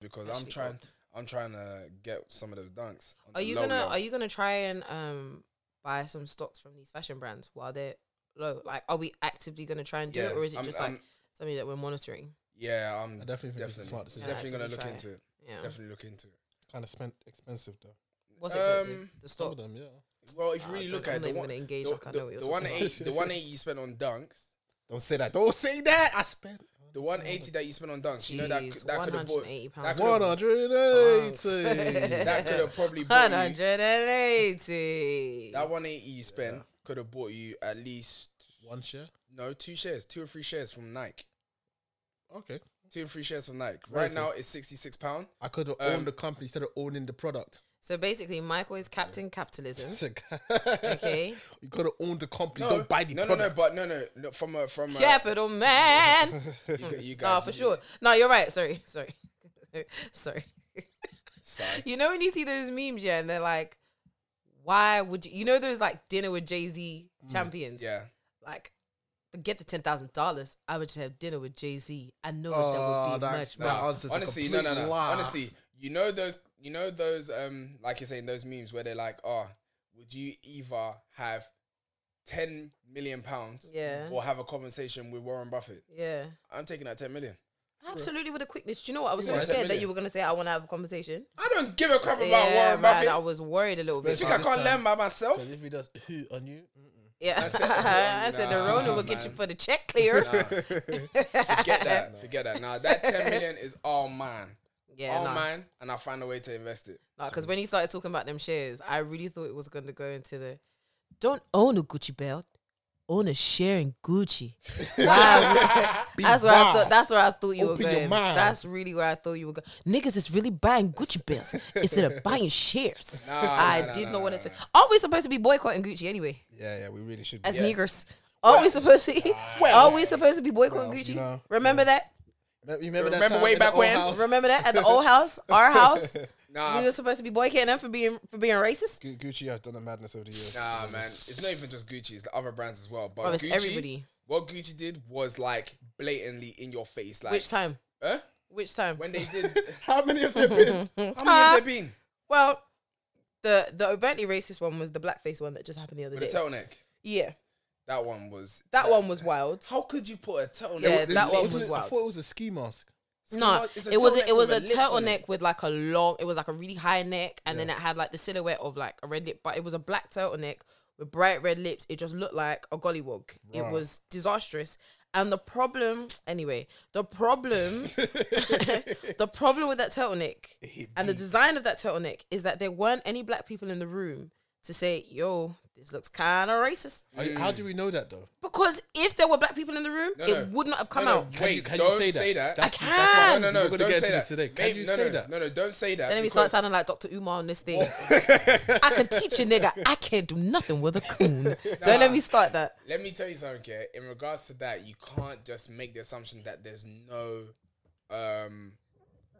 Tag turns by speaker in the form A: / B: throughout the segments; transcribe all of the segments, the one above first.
A: because I'm
B: Actually
A: trying.
B: gold.
A: I'm trying to get some of those dunks. on
B: Are
A: the
B: you
A: low,
B: gonna
A: low.
B: Are you gonna try and um buy some stocks from these fashion brands while they're low? Like, are we actively gonna try and do it, or is it
A: I'm-
B: just
A: I'm-
B: like something that we're monitoring?
A: yeah? I'm
C: I definitely think it's a
A: Definitely.
C: smart decision.
B: Yeah,
A: definitely gonna
B: actively
A: look
B: try
A: into it.
B: Yeah.
A: Definitely look into it.
C: Kind of spent expensive though.
B: What's expensive?
A: Um,
B: the
C: Some
B: stock.
C: of them, yeah.
A: Well, if
B: Ah,
A: you really
B: I
A: look
B: don't-
A: at it,
B: I'm not
A: the
B: even
A: one,
B: gonna engage.
A: the,
B: like, I
A: the-
B: know what you're
A: the
B: talking about.
A: 180 the 180 you spent on dunks,
C: Don't say that. Don't say that. I spent.
A: the 180 that you spent on dunks, you know that
B: Jeez,
A: c- that could have bought
B: 180
A: that
B: pounds.
A: could have
C: 180.
A: that could have probably bought you,
B: 180.
A: that 180 you spent could have bought you at least
C: One share.
A: no two shares, two or three shares from Nike,
C: Okay.
A: two or three shares from Nike. Right
C: Racist.
A: now it's 66 pound.
C: I could have
A: Um,
C: owned the company instead of owning the product.
B: So basically, Michael is captain capitalism.
C: That's a g-
B: Okay.
C: you could have owned the company. don't buy the
A: no, no, no,
C: product.
A: but no, no, no from a from a,
B: Capital man.
A: you, you guys,
B: No, for sure. No, you're right. Sorry, sorry, sorry.
A: Sorry.
B: You know when you see those memes, yeah, and they're like, "Why would you?" You know those like dinner with Jay Z champions.
A: Mm, Yeah,
B: Like, forget the ten thousand dollars. I would just have dinner with Jay Z. I know that
C: Oh,
B: would be
C: that-
B: much
C: that
B: more.
C: answers a
A: honestly, no, no,
C: complete
A: no.
C: lie.
A: Honestly, you know those, you know those, um, like you're saying, those memes where they're like, oh, would you either have ten million pounds,
B: Yeah.
A: or have a conversation with Warren Buffett?
B: Yeah,
A: I'm taking that ten million.
B: absolutely. With a quickness. Do you know what? I was so
A: Yeah,
B: scared that
A: million.
B: you were gonna say I want to have a conversation.
A: I don't give a crap about
B: yeah,
A: Warren
B: man.
A: Buffett.
B: I was worried a little
A: you
B: bit.
A: think I
C: Especially
A: can't
C: this
A: learn by myself?
C: 'Cause if he does who on you,
B: Yeah, I
A: I
B: said,
A: said, "Oh,
B: the
A: nah,
B: Rona will get you
A: man."
B: for the check clears.
A: Forget that. Forget that. Now that ten million is all mine,
B: Yeah,
A: all
B: nah.
A: mine, and I find a way to invest it.
B: because when he started talking about them shares, I really thought it was going to go into the don't own a Gucci belt, own a share in Gucci. Wow. that's where I thought. That's where I thought you
C: Open
B: were
C: your
B: going.
C: mind.
B: That's really where I thought you were going. Niggas is really buying Gucci belts instead of buying shares.
A: Nah,
B: I
A: nah, nah,
B: did
A: nah,
B: not want
A: nah,
B: it to. Are we supposed to be boycotting Gucci anyway?
C: yeah, yeah, we really should. Be.
B: As niggers, are we supposed to? are we supposed to be boycotting
C: well,
B: Gucci?
C: you know,
B: Remember that?
C: Me- you remember, that
A: Remember
C: time
A: way
C: in the
A: back
C: old
A: when?
C: house?
B: Remember that at the old house, our house.
A: Nah,
B: we were supposed to be boycotting them for being for being racist.
C: Gu- Gucci have done a madness over the years.
A: Nah, man, it's not even just Gucci; it's the other brands as well. But
B: Bro, it's
A: Gucci,
B: everybody.
A: What Gucci did was like blatantly in your face, like
B: Which time?
A: huh?
B: Which time?
A: when they did.
C: How many have there been?
A: how many have there been
B: well, the the overtly racist one was the blackface one that just happened the other
A: with a
B: day.
A: turtleneck?
B: yeah,
A: That one was.
B: that one was wild.
A: How could you put a turtleneck?
B: Yeah,
A: It's-
B: that
C: It
B: one
A: it's-
B: was
C: I
B: wild.
C: thought it was a ski mask.
B: No,
A: it's a
B: it was
A: turtleneck
B: a, it was
A: with
B: a
A: lips on it.
B: turtleneck with like a long. It was like a really high neck, and then it had like the silhouette of like a red lip, but it was a black turtleneck with bright red lips. It just looked like a gollywog. It
C: Bruh.
B: was disastrous. And the problem, anyway, the problem, the problem with that turtleneck and the design of that turtleneck is that there weren't any black people in the room to say, "Yo, this looks kind of racist."
C: Are you- How do we know that though?
B: Because if there were black people in the room,
A: No,
B: it
A: no.
B: would not have come
A: No, no,
B: out.
A: Wait, don't say that. I
C: the- that's what-
B: can.
A: No, no, no!
C: we're gonna
A: Don't
C: get
A: say
C: into
A: that.
C: this today. Can
A: Maybe-
C: you
A: no,
C: say
A: no,
C: that?
A: No, no, don't say that.
B: Then we start
A: because-
B: sounding like Dr. Umar on this thing.
C: Oh.
B: I can teach a nigga. I can't do nothing with a coon. Don't let me start that.
A: Let me tell you something, yeah. In regards to that, you can't just make the assumption that there's no um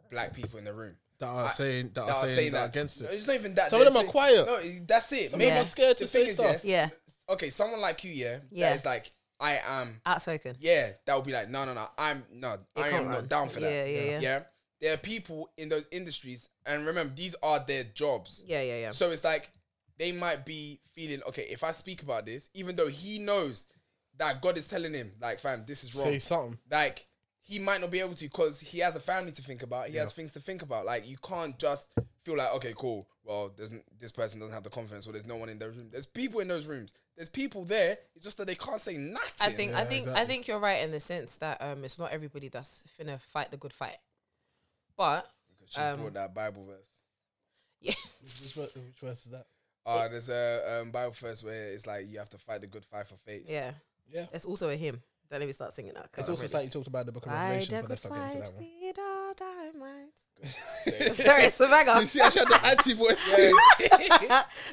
A: black people in the room.
C: That are saying that,
A: That
C: are
A: are
C: saying,
A: saying
C: that
A: that
C: against
A: No,
C: it.
A: it's not even that.
C: Some of
A: They're
C: them are
A: saying-
C: quiet.
A: No, it- that's it.
B: of them are
C: scared to
A: the thing
C: say
A: is,
C: stuff.
B: Yeah,
A: Okay, someone like you, yeah.
B: Yeah.
A: Yeah. It's like I am.
B: outspoken.
A: Yeah, that would be like no, no, no. I'm no. I
B: can't
A: am
B: run.
A: not down for that.
B: Yeah, yeah, yeah.
A: Yeah. There are people in those industries, and remember, these are their jobs.
B: Yeah, yeah, yeah.
A: So it's like they might be feeling okay if I speak about this, even though he knows that God is telling him, like, fam, this is wrong.
C: Say something.
A: Like he might not be able to because he has a family to think about. He has things to think about. Like you can't just feel like okay, cool. Well, there's n- this person doesn't have the confidence, or there's no one in those room. There's people in those rooms. There's people there. It's just that they can't say nothing.
B: I think I
C: Yeah,
B: think I
C: exactly.
B: think you're right in the sense that um it's not everybody that's finna fight the good fight. But
A: she
B: um,
A: brought that Bible verse.
B: yeah.
C: Which verse, which verse is that?
A: Uh, there's a um, Bible verse where it's like you have to fight the good fight for faith.
B: Yeah.
C: Yeah.
B: It's also a hymn. Don't let me start singing that. 'cause
C: It's
B: I'm
C: also
B: ready.
C: like you talked about the Book of
B: By
C: Revelation,
B: the
C: but
B: good
C: let's not get into
B: fight,
C: that one.
B: we all die might.
A: Say-
B: Sorry, it's a banger.
C: You see, I had the anti voice too.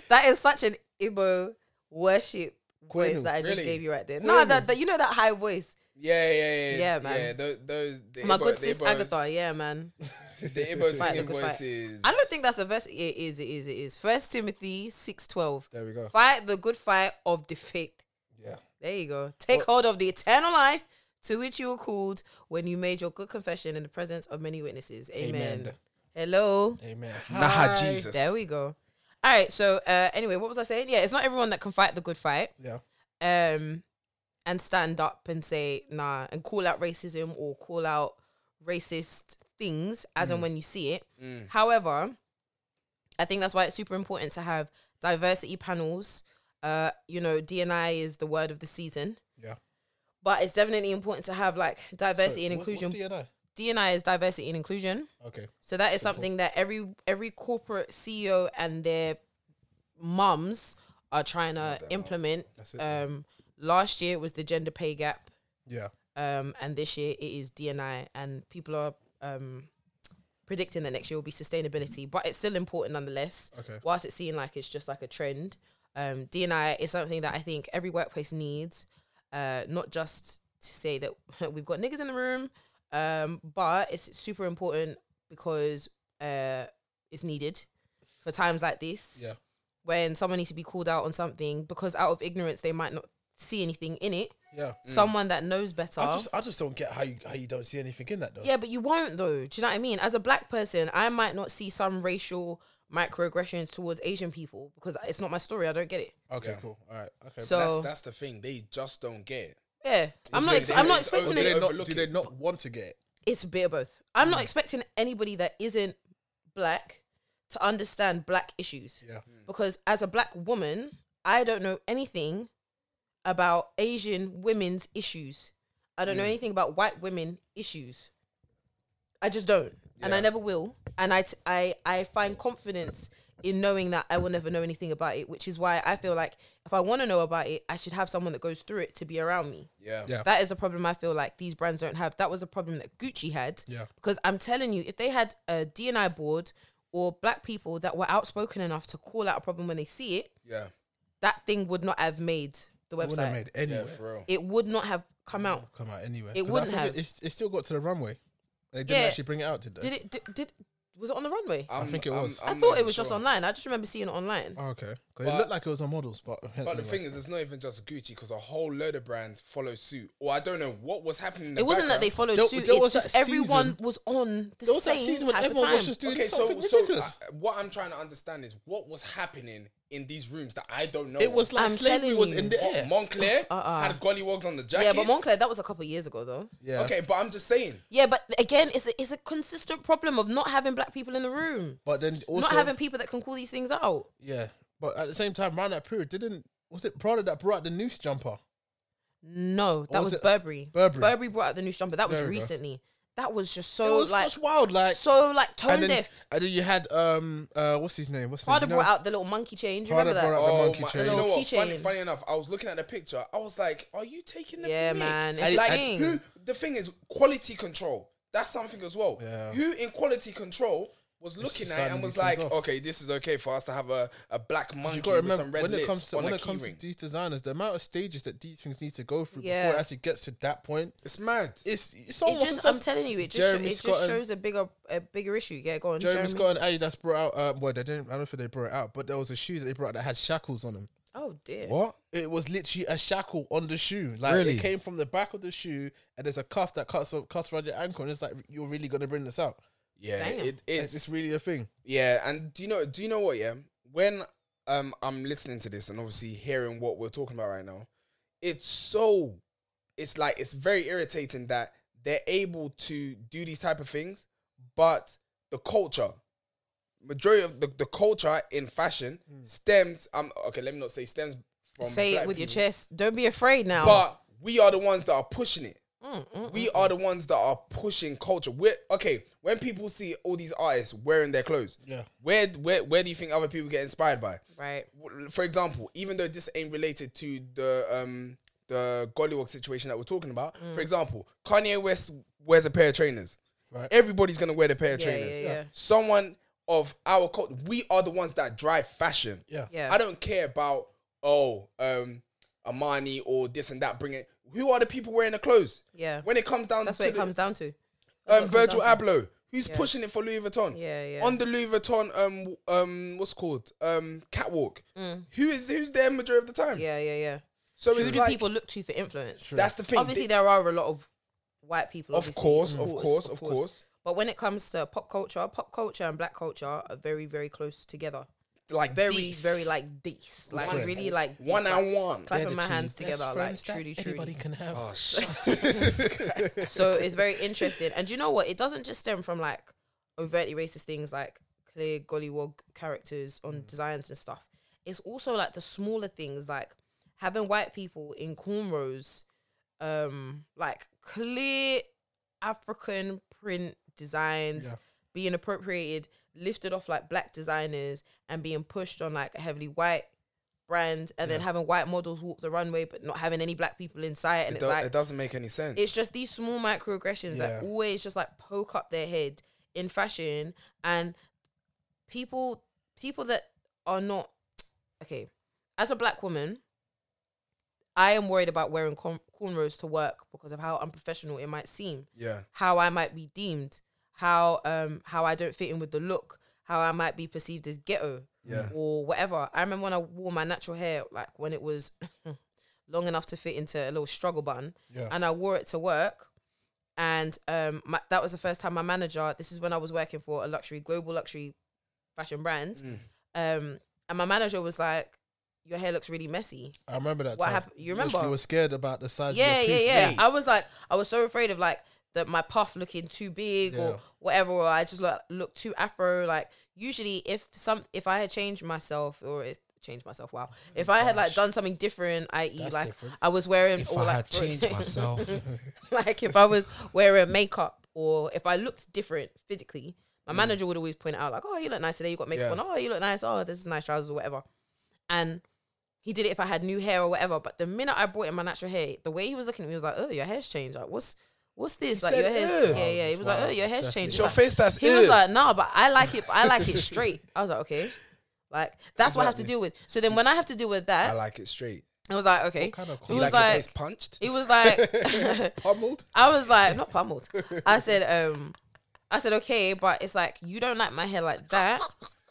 B: that is such an Igbo worship voice
C: Kwenu,
B: that I just
A: really?
B: gave you right there. No,
C: Kwenu.
B: that, that you know that high voice.
A: Yeah, yeah, yeah,
B: Yeah, man.
A: Yeah, tho- those the
B: My
A: Igbo-
B: good
A: the
B: sis
A: Igbos-
B: Agatha, yeah, man.
A: The Igbo
B: Fight the
A: singing
B: good fight.
A: voices.
B: I don't think that's a verse. It is, it is, it is. First Timothy six twelve.
C: There we go.
B: Fight the good fight of the faith.
C: Yeah.
B: There you go. Take hold of the eternal life to which you were called when you made your good confession in the presence of many witnesses. Amen.
C: Amen.
B: Hello.
C: Amen.
A: Nah, Jesus.
B: There we go. All right. So uh, anyway, what was I saying? Yeah, it's not everyone that can fight the good fight.
C: Yeah.
B: Um, and stand up and say nah, and call out racism or call out racist things as and when you see it.
A: Mm.
B: However, I think that's why it's super important to have diversity panels. Uh, you know, DNI is the word of the season.
C: Yeah.
B: But it's definitely important to have like diversity
C: Sorry,
B: and
C: what- what's
B: inclusion.
C: DNI?
B: DNI is diversity and inclusion.
C: Okay.
B: So that is something that every every corporate CEO and their mums are trying to implement.
C: That's it.
B: Um, last year was the gender pay gap,
C: yeah.
B: um, and this year it is DNI, and people are um, predicting that next year will be sustainability. But it's still important nonetheless.
C: Okay.
B: Whilst it's seeing like it's just like a trend, um, DNI is something that I think every workplace needs, uh, not just to say that we've got niggas in the room, um, but it's super important because uh, it's needed for times like this
C: Yeah.
B: when someone needs to be called out on something because out of ignorance they might not see anything in it.
C: Yeah.
B: Someone that knows better.
C: Mm. I just uh, I just don't get how you how you don't see anything in that though.
B: Yeah, but you won't though. Do you know what I mean? As a black person, I might not see some racial microaggressions towards Asian people because it's not my story. I don't get it.
C: Okay.
A: Yeah.
C: Cool. All right. Okay.
B: So-
A: That's, that's the thing. They just don't get it.
B: Yeah, I'm not.
A: really-
B: Ex- I'm not
A: it's over
B: expecting
A: there. they
B: it.
C: do they not?
A: overlook
C: Do
A: it?
C: they not want to get? It?
B: It's a bit of both. I'm not expecting anybody that isn't black to understand black issues
C: Yeah.
B: because as a black woman, I don't know anything about Asian women's issues. I don't know anything about white women issues. I just don't, and I
A: Yeah.
B: never will. And I, t- I, I find confidence in knowing that I will never know anything about it, which is why I feel like if I want to know about it, I should have someone that goes through it to be around me.
A: Yeah.
C: Yeah.
B: That is the problem I feel like these brands don't have. That was the problem that Gucci had.
C: Yeah.
B: Because I'm telling you, if they had a D&I board or black people that were outspoken enough to call out a problem when they see it,
A: Yeah.
B: that thing would not have made the
C: It Mm. wouldn't have
B: website.
C: made
A: Yeah,
C: anywhere.
A: for real.
B: it would not have come out.
C: Come out anywhere.
B: It
C: 'Cause I
B: wouldn't
C: think
B: have.
C: It, it's, it still got to the runway. They didn't
B: Yeah.
C: actually bring it out, did they?
B: Did it? Did, did was it on the runway?
A: I'm,
C: think it
A: I'm-
C: was.
B: I
A: I'm
B: thought
A: not
B: it was
A: sure.
B: just online. I just remember seeing it online.
C: Oh, okay. 'Cause it
A: But-
C: looked like it was on models, but
A: But the thing is, there's not even just Gucci because a whole load of brands follow suit. Or I don't know what was happening. In the
B: it wasn't that they followed
C: There-
B: suit.
C: there
B: it's
C: was that
B: just everyone
C: season-
B: was on the
C: there was
B: same
C: that season when
B: type of
C: everyone
B: time.
C: was just doing
A: Okay, so
C: something
A: so
C: ridiculous.
A: uh, what I'm trying to understand is what was happening in these rooms that I don't know.
C: it was like
B: I'm
C: slavery
B: telling
C: was
B: you.
C: in the air.
A: Montclair
B: Uh-uh.
A: had gollywogs on the jacket.
B: yeah, but Montclair, that was a couple of years ago though.
C: Yeah.
A: Okay, but I'm just saying.
B: Yeah, but again, it's a, it's a consistent problem of not having black people in the room,
C: But then also
B: not having people that can call these things out.
C: Yeah. But at the same time, around that period, didn't was it Prada that brought out the noose jumper?
B: No, that
C: was
B: was,
C: it-
B: Burberry.
C: Burberry.
B: brought out the new jumper. That was
C: There we go.
B: recently. That was just
C: It
B: so
C: was
B: like
C: just wild, like
B: so like tone
C: and then,
B: deaf.
C: and then you had um uh what's his name? What's his
B: Prada
C: name? You know-
B: brought out the little monkey chain. Do you
C: Prada
B: remember that?
C: brought out the
A: Oh
C: monkey
A: my!
C: chain.
A: You know
B: Little
A: what? Funny,
B: keychain.
A: funny enough, I was looking at the picture. I was like, "Are you taking the
B: Yeah,
A: mick?"
B: man, it's
C: And
B: like,
A: Like,
C: it-
A: who, the thing is, quality control. That's something as well.
C: Yeah.
A: Who in quality control was looking at it
C: signing
A: and was
C: these things
A: like,
C: off.
A: "Okay, this is okay for us to have a, a black monkey
C: you gotta
A: with some
C: remember
A: red
C: when
A: lips
C: it comes to
A: on
C: when
A: a
C: it comes
A: keyring."
C: to these designers, the amount of stages that these things need to go through
B: Yeah.
C: before it actually gets to that point.
A: It's mad.
C: It's it's
B: it
C: almost
B: just I'm telling you, it just sho-
C: Jeremy
B: it
C: Scott
B: just
C: and-
B: shows a bigger a bigger issue. Yeah, go on,
C: Jeremy,
B: Jeremy.
C: Scott and Adidas brought out. Uh, well, they didn't. I don't think they brought it out, but there was a shoe that they brought out that had shackles on them.
B: Oh dear.
C: What? It was literally a shackle on the shoe. Like
A: Really?
C: it came from the back of the shoe, and there's a cuff that cuts up, cuts around your ankle, and it's like you're really gonna bring this out.
A: yeah,
B: Damn.
A: it is.
C: It's, it's really a thing.
A: Yeah, and do you know? Do you know what? Yeah, when um I'm listening to this and obviously hearing what we're talking about right now, it's so, it's like it's very irritating that they're able to do these type of things, but the culture, majority of the, the culture in fashion stems. Um, okay, let me not say stems from.
B: Say it
A: black
B: with your
A: people,
B: chest. Don't be afraid now.
A: But we are the ones that are pushing it
B: Mm, mm,
C: Mm-hmm.
A: we are the ones that are pushing culture. We're okay. When people see all these artists wearing their clothes,
C: Yeah.
A: where where where do you think other people get inspired by?
B: right.
A: W- For example, even though this ain't related to the um the Gollywog situation that we're talking about,
C: Mm.
A: for example, Kanye West wears a pair of trainers.
C: Right.
A: Everybody's gonna wear the pair of
B: Yeah,
A: trainers.
B: yeah, yeah.
A: Someone of our culture, we are the ones that drive fashion.
C: Yeah.
B: Yeah.
A: I don't care about oh um Armani or this and that. Bring it. Who are the people wearing the clothes?
B: Yeah.
A: When it comes down
B: That's
A: to
B: what it
A: the-
B: comes down to. That's
A: um,
B: what it
A: Virgil
B: comes down to.
A: Abloh, who's pushing it for Louis Vuitton.
B: Yeah, yeah.
A: On the Louis Vuitton, um, w- um, what's it called um, catwalk. Who is who's there majority of the time?
B: Mm. Yeah, yeah, yeah.
A: So
B: Who
A: it's
B: do
A: like
B: people look to for influence?
A: that's the thing.
B: Obviously,
A: They-
B: there are a lot of white people.
A: of
B: obviously.
A: course, of course, of course.
B: But when it comes to pop culture, pop culture and black culture are very, very close together.
A: Like
B: Very,
A: these.
B: very like this. Like
C: friends.
B: really like
A: one
B: these,
A: and
B: like,
A: one.
B: Clapping
C: They're the
B: my
C: two
B: hands
C: best
B: together, like
C: friends that
B: truly, truly.
C: Anybody can have.
A: Oh shut.
B: So it's very interesting. And do you know what? It doesn't just stem from like overtly racist things like clear gollywog characters on designs and stuff. It's also like the smaller things like having white people in cornrows, um, like clear African print designs
C: Yeah.
B: being appropriated, lifted off like black designers and being pushed on like a heavily white brand and then having white models walk the runway but not having any black people inside and
A: It,
B: it's
A: do-
B: like
A: it doesn't make any sense.
B: it's just these small microaggressions that
C: Yeah.
B: always just like poke up their head in fashion and people people that are not okay as a black woman i am worried about wearing corn- cornrows to work because of how unprofessional it might seem
A: yeah.
B: how I might be deemed, how um how I don't fit in with the look, how I might be perceived as ghetto
A: Yeah.
B: or whatever. I remember when I wore my natural hair, like when it was long enough to fit into a little struggle bun,
C: Yeah.
B: and I wore it to work. And um, my, that was the first time my manager. This is when I was working for a luxury, global luxury fashion brand.
A: Mm.
B: Um, and my manager was like, "Your hair looks really messy."
C: I remember that.
B: What
C: time.
B: happened- you
C: Because
B: remember?
C: You were scared about the size.
B: yeah,
C: of
B: yeah,
C: your
B: yeah.
C: poof.
B: I was like, I was so afraid of like that my puff looking too big
C: Yeah.
B: or whatever, or I just look look too afro. Like usually, if some if I had changed myself or if changed myself, wow, if I had like done something different, i.e.,
C: That's
B: like
C: different.
B: I was wearing
D: If
B: or
D: I
B: like
D: had
B: for-
D: changed myself,
B: like if I was wearing makeup or if I looked different physically, my manager would always point out like, "Oh, you look nice today. You got makeup
A: Yeah.
B: on. Oh, you look nice. Oh, this is nice trousers or whatever." And he did it if I had new hair or whatever. But the minute I brought in my natural hair, the way he was looking at me was like, "Oh, your hair's changed. Like, what's what's this? like,
C: said,
B: your hair's
C: "Ew."
B: yeah, yeah." He was like, "Oh, your hair's changed."
D: it's
B: It's
D: your
B: like-
D: face that's
B: he was
D: ill.
B: like, "No, but I like it. I like it straight." I was like, "Okay." Like that's what I have to deal with. So then when I have to deal with
A: I
B: that,
A: like it straight.
B: I was like, okay.
C: kind of
B: it
C: Do
A: You
B: was
A: like, your
B: like
A: face punched?
B: it was like
C: Pummeled.
B: I was like, not pummeled. I said, um, I said, okay, but it's like you don't like my hair like that,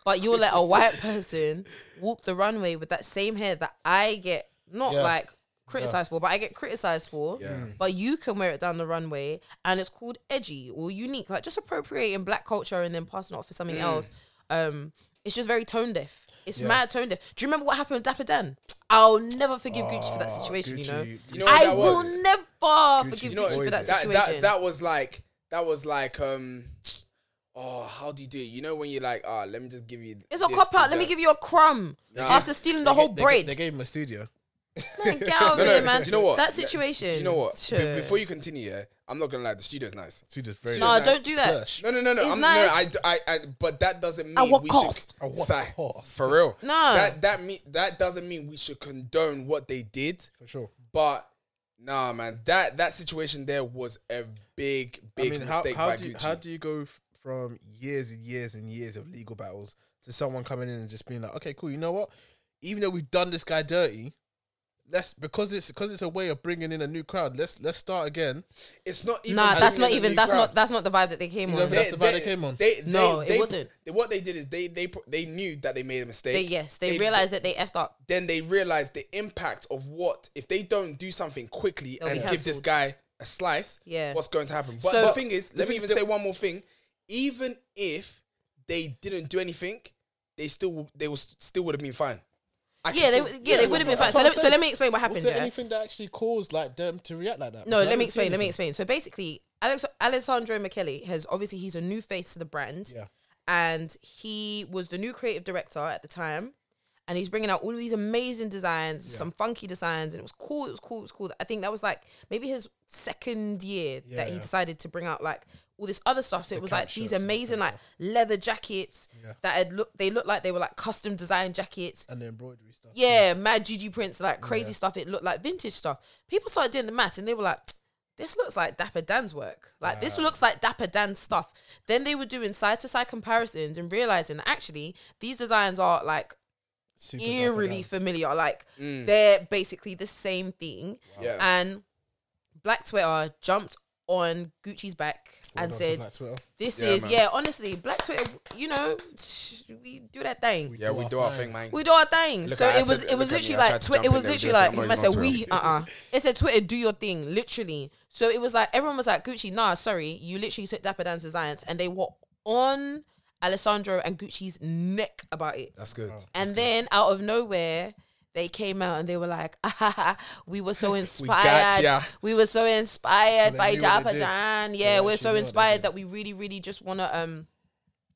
B: but you'll let a white person walk the runway with that same hair that I get not
C: Yeah.
B: like criticized for, but I get criticized for.
A: Yeah.
B: But you can wear it down the runway, and it's called edgy or unique. Like just appropriating black culture and then passing it off for something else. Um, it's just very tone deaf. It's mad tone deaf. Do you remember what happened with Dapper Dan? I'll never forgive Gucci for that situation. you know,
A: You know what
B: I
A: that
B: will
A: was?
B: never forgive
A: You
B: you
A: know,
B: for that
A: that,
B: situation.
A: that that was like that was like um oh how do you do it? You know when you're like ah let me just give you
B: it's a
A: this
B: cop
A: to
B: out. Let me
A: just-
B: give you a crumb
A: Nah.
B: after stealing the whole
C: They-
B: bread.
C: They gave him a studio.
B: Man, get out of
A: No,
B: here,
A: no,
B: man.
A: Do you know what?
B: That
A: Yeah,
B: situation.
A: Do you know what? Be-
B: Sure.
A: before you continue, yeah, I'm not gonna lie. The studio's nice.
C: Studio's very.
B: no,
A: nice.
B: don't do that.
C: Plush.
A: No, no, no, no.
B: It's
A: I'm,
B: nice.
A: No, I, d- I- I- but that doesn't mean
B: what
A: we
B: cost?
A: should.
C: At what
A: Si-
C: cost?
A: For real.
B: No.
A: That that mean that doesn't mean we should condone what they did.
C: For sure.
A: But nah, man, that that situation there was a big, big
C: I mean, how,
A: mistake
C: how
A: by
C: do you,
A: Gucci.
C: how do you go f- from years and years and years of legal battles to someone coming in and just being like, okay, cool, you know what? Even though we've done this guy dirty, let's because it's because it's a way of bringing in a new crowd. Let's let's start again.
A: it's not even.
B: nah, that's
A: bringing
B: not
A: in a
B: even.
A: new
B: That's
A: crowd.
B: not. That's not the vibe that they came
C: You
B: on.
C: don't think That's the vibe they came on.
A: They, they,
B: No, it
A: they-
B: wasn't.
A: they- what they did is they they pro- they knew that they made a mistake.
B: They, yes, they,
A: They-
B: realized that they effed up.
A: Then they realized the impact of what if they don't do something quickly
B: They'll be
A: and give this
B: cancelled.
A: guy a slice.
B: Yeah.
A: what's going to happen? But
B: So-
A: the thing is,
C: The
A: let me
C: thing
A: even
C: is that-
A: say one more thing. Even if they didn't do anything, they still w- they was still would have been fine. I can
B: Yeah, they, yeah,
A: still-
B: they would have been fine.
C: That's
B: So
C: what
B: let,
C: I'm
B: so
C: saying.
B: let me explain what
C: Was
B: happened.
C: there
B: yeah?
C: anything that actually caused like them to react like that?
B: No,
C: I
B: let me
C: haven't seen
B: explain. Let me
C: anything.
B: explain. So basically, Alex Alessandro Michele has obviously he's a new face to the brand,
C: Yeah.
B: and he was the new creative director at the time, and he's bringing out all of these amazing designs, some funky designs, and it was cool. It was cool. It was cool. I think that was like maybe his second year that he
C: Yeah.
B: decided to bring out like all this other stuff. So it was
C: cap
B: like these
C: shirts and
B: amazing like leather jackets that had look. They looked like they were like custom designed jackets.
C: And the embroidery stuff.
B: Yeah, mad Gigi prints, like crazy stuff. It looked like vintage stuff. People started doing the maths and they were like, this looks like Dapper Dan's work. Like, this looks like Dapper Dan's stuff. Then they were doing side to side comparisons and realizing that actually these designs are like
C: Super
B: eerily familiar. Like, they're basically the same thing.
A: Mm. Yeah.
B: And Black Twitter jumped on Gucci's back and said,
C: Twitter.
B: "This
A: Yeah,
B: is
A: man.
B: yeah, honestly, Black Twitter. You know, we do that thing.
A: Yeah, we do our thing, man.
B: We do our thing.
A: Look
B: so
A: at- I
B: it was
A: said-
B: it was
A: look at me,
B: literally
A: I
B: like
A: tried to
B: Twitter.
A: jump
B: It
A: in
B: was
A: there,
B: literally
A: but
B: like
A: I'm not
B: you must
A: even
B: say
A: on
B: we
A: Twitter.
B: uh uh It said Twitter do your thing literally. So it was like everyone was like Gucci nah sorry you literally took Dapper Dan's designs and they were on Alessandro and Gucci's neck about it.
A: That's good.
B: And then out of nowhere, they came out and they were like, ah, "We were so inspired.
A: ya."
B: we, were so inspired
C: they
B: by
C: knew what they
B: Dapper
C: did.
B: Dan.
C: So
B: Yeah,
C: they
B: we're
C: actually
B: so
C: knew what they
B: inspired
C: did.
B: that we really, really just want to um."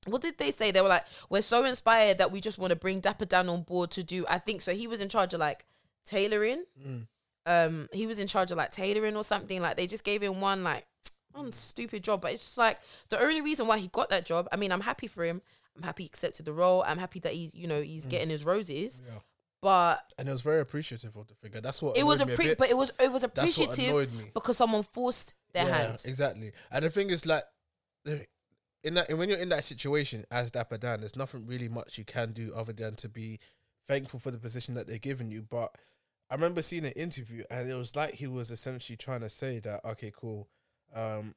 B: What did they say? They were like, "We're so inspired that we just want to bring Dapper Dan on board to do." I think so. He was in charge of like tailoring.
C: Mm.
B: Um, he was in charge of like tailoring or something. Like they just gave him one like one stupid job, but it's just like the only reason why he got that job. I mean, I'm happy for him. I'm happy he accepted the role. I'm happy that he's you know he's getting his roses.
C: Mm. Yeah.
B: But
C: And it was very appreciative of the figure. That's what
B: it was a
C: annoyed me
B: pre-
C: bit.
B: but it was it was
C: That's what
B: appreciative
C: annoyed me.
B: because someone forced their
C: Yeah,
B: hand.
C: Exactly. And the thing is, like, the- in that when you're in that situation as Dapper Dan, there's nothing really much you can do other than to be thankful for the position that they're giving you. But I remember seeing an interview, and it was like he was essentially trying to say that, okay, cool, um,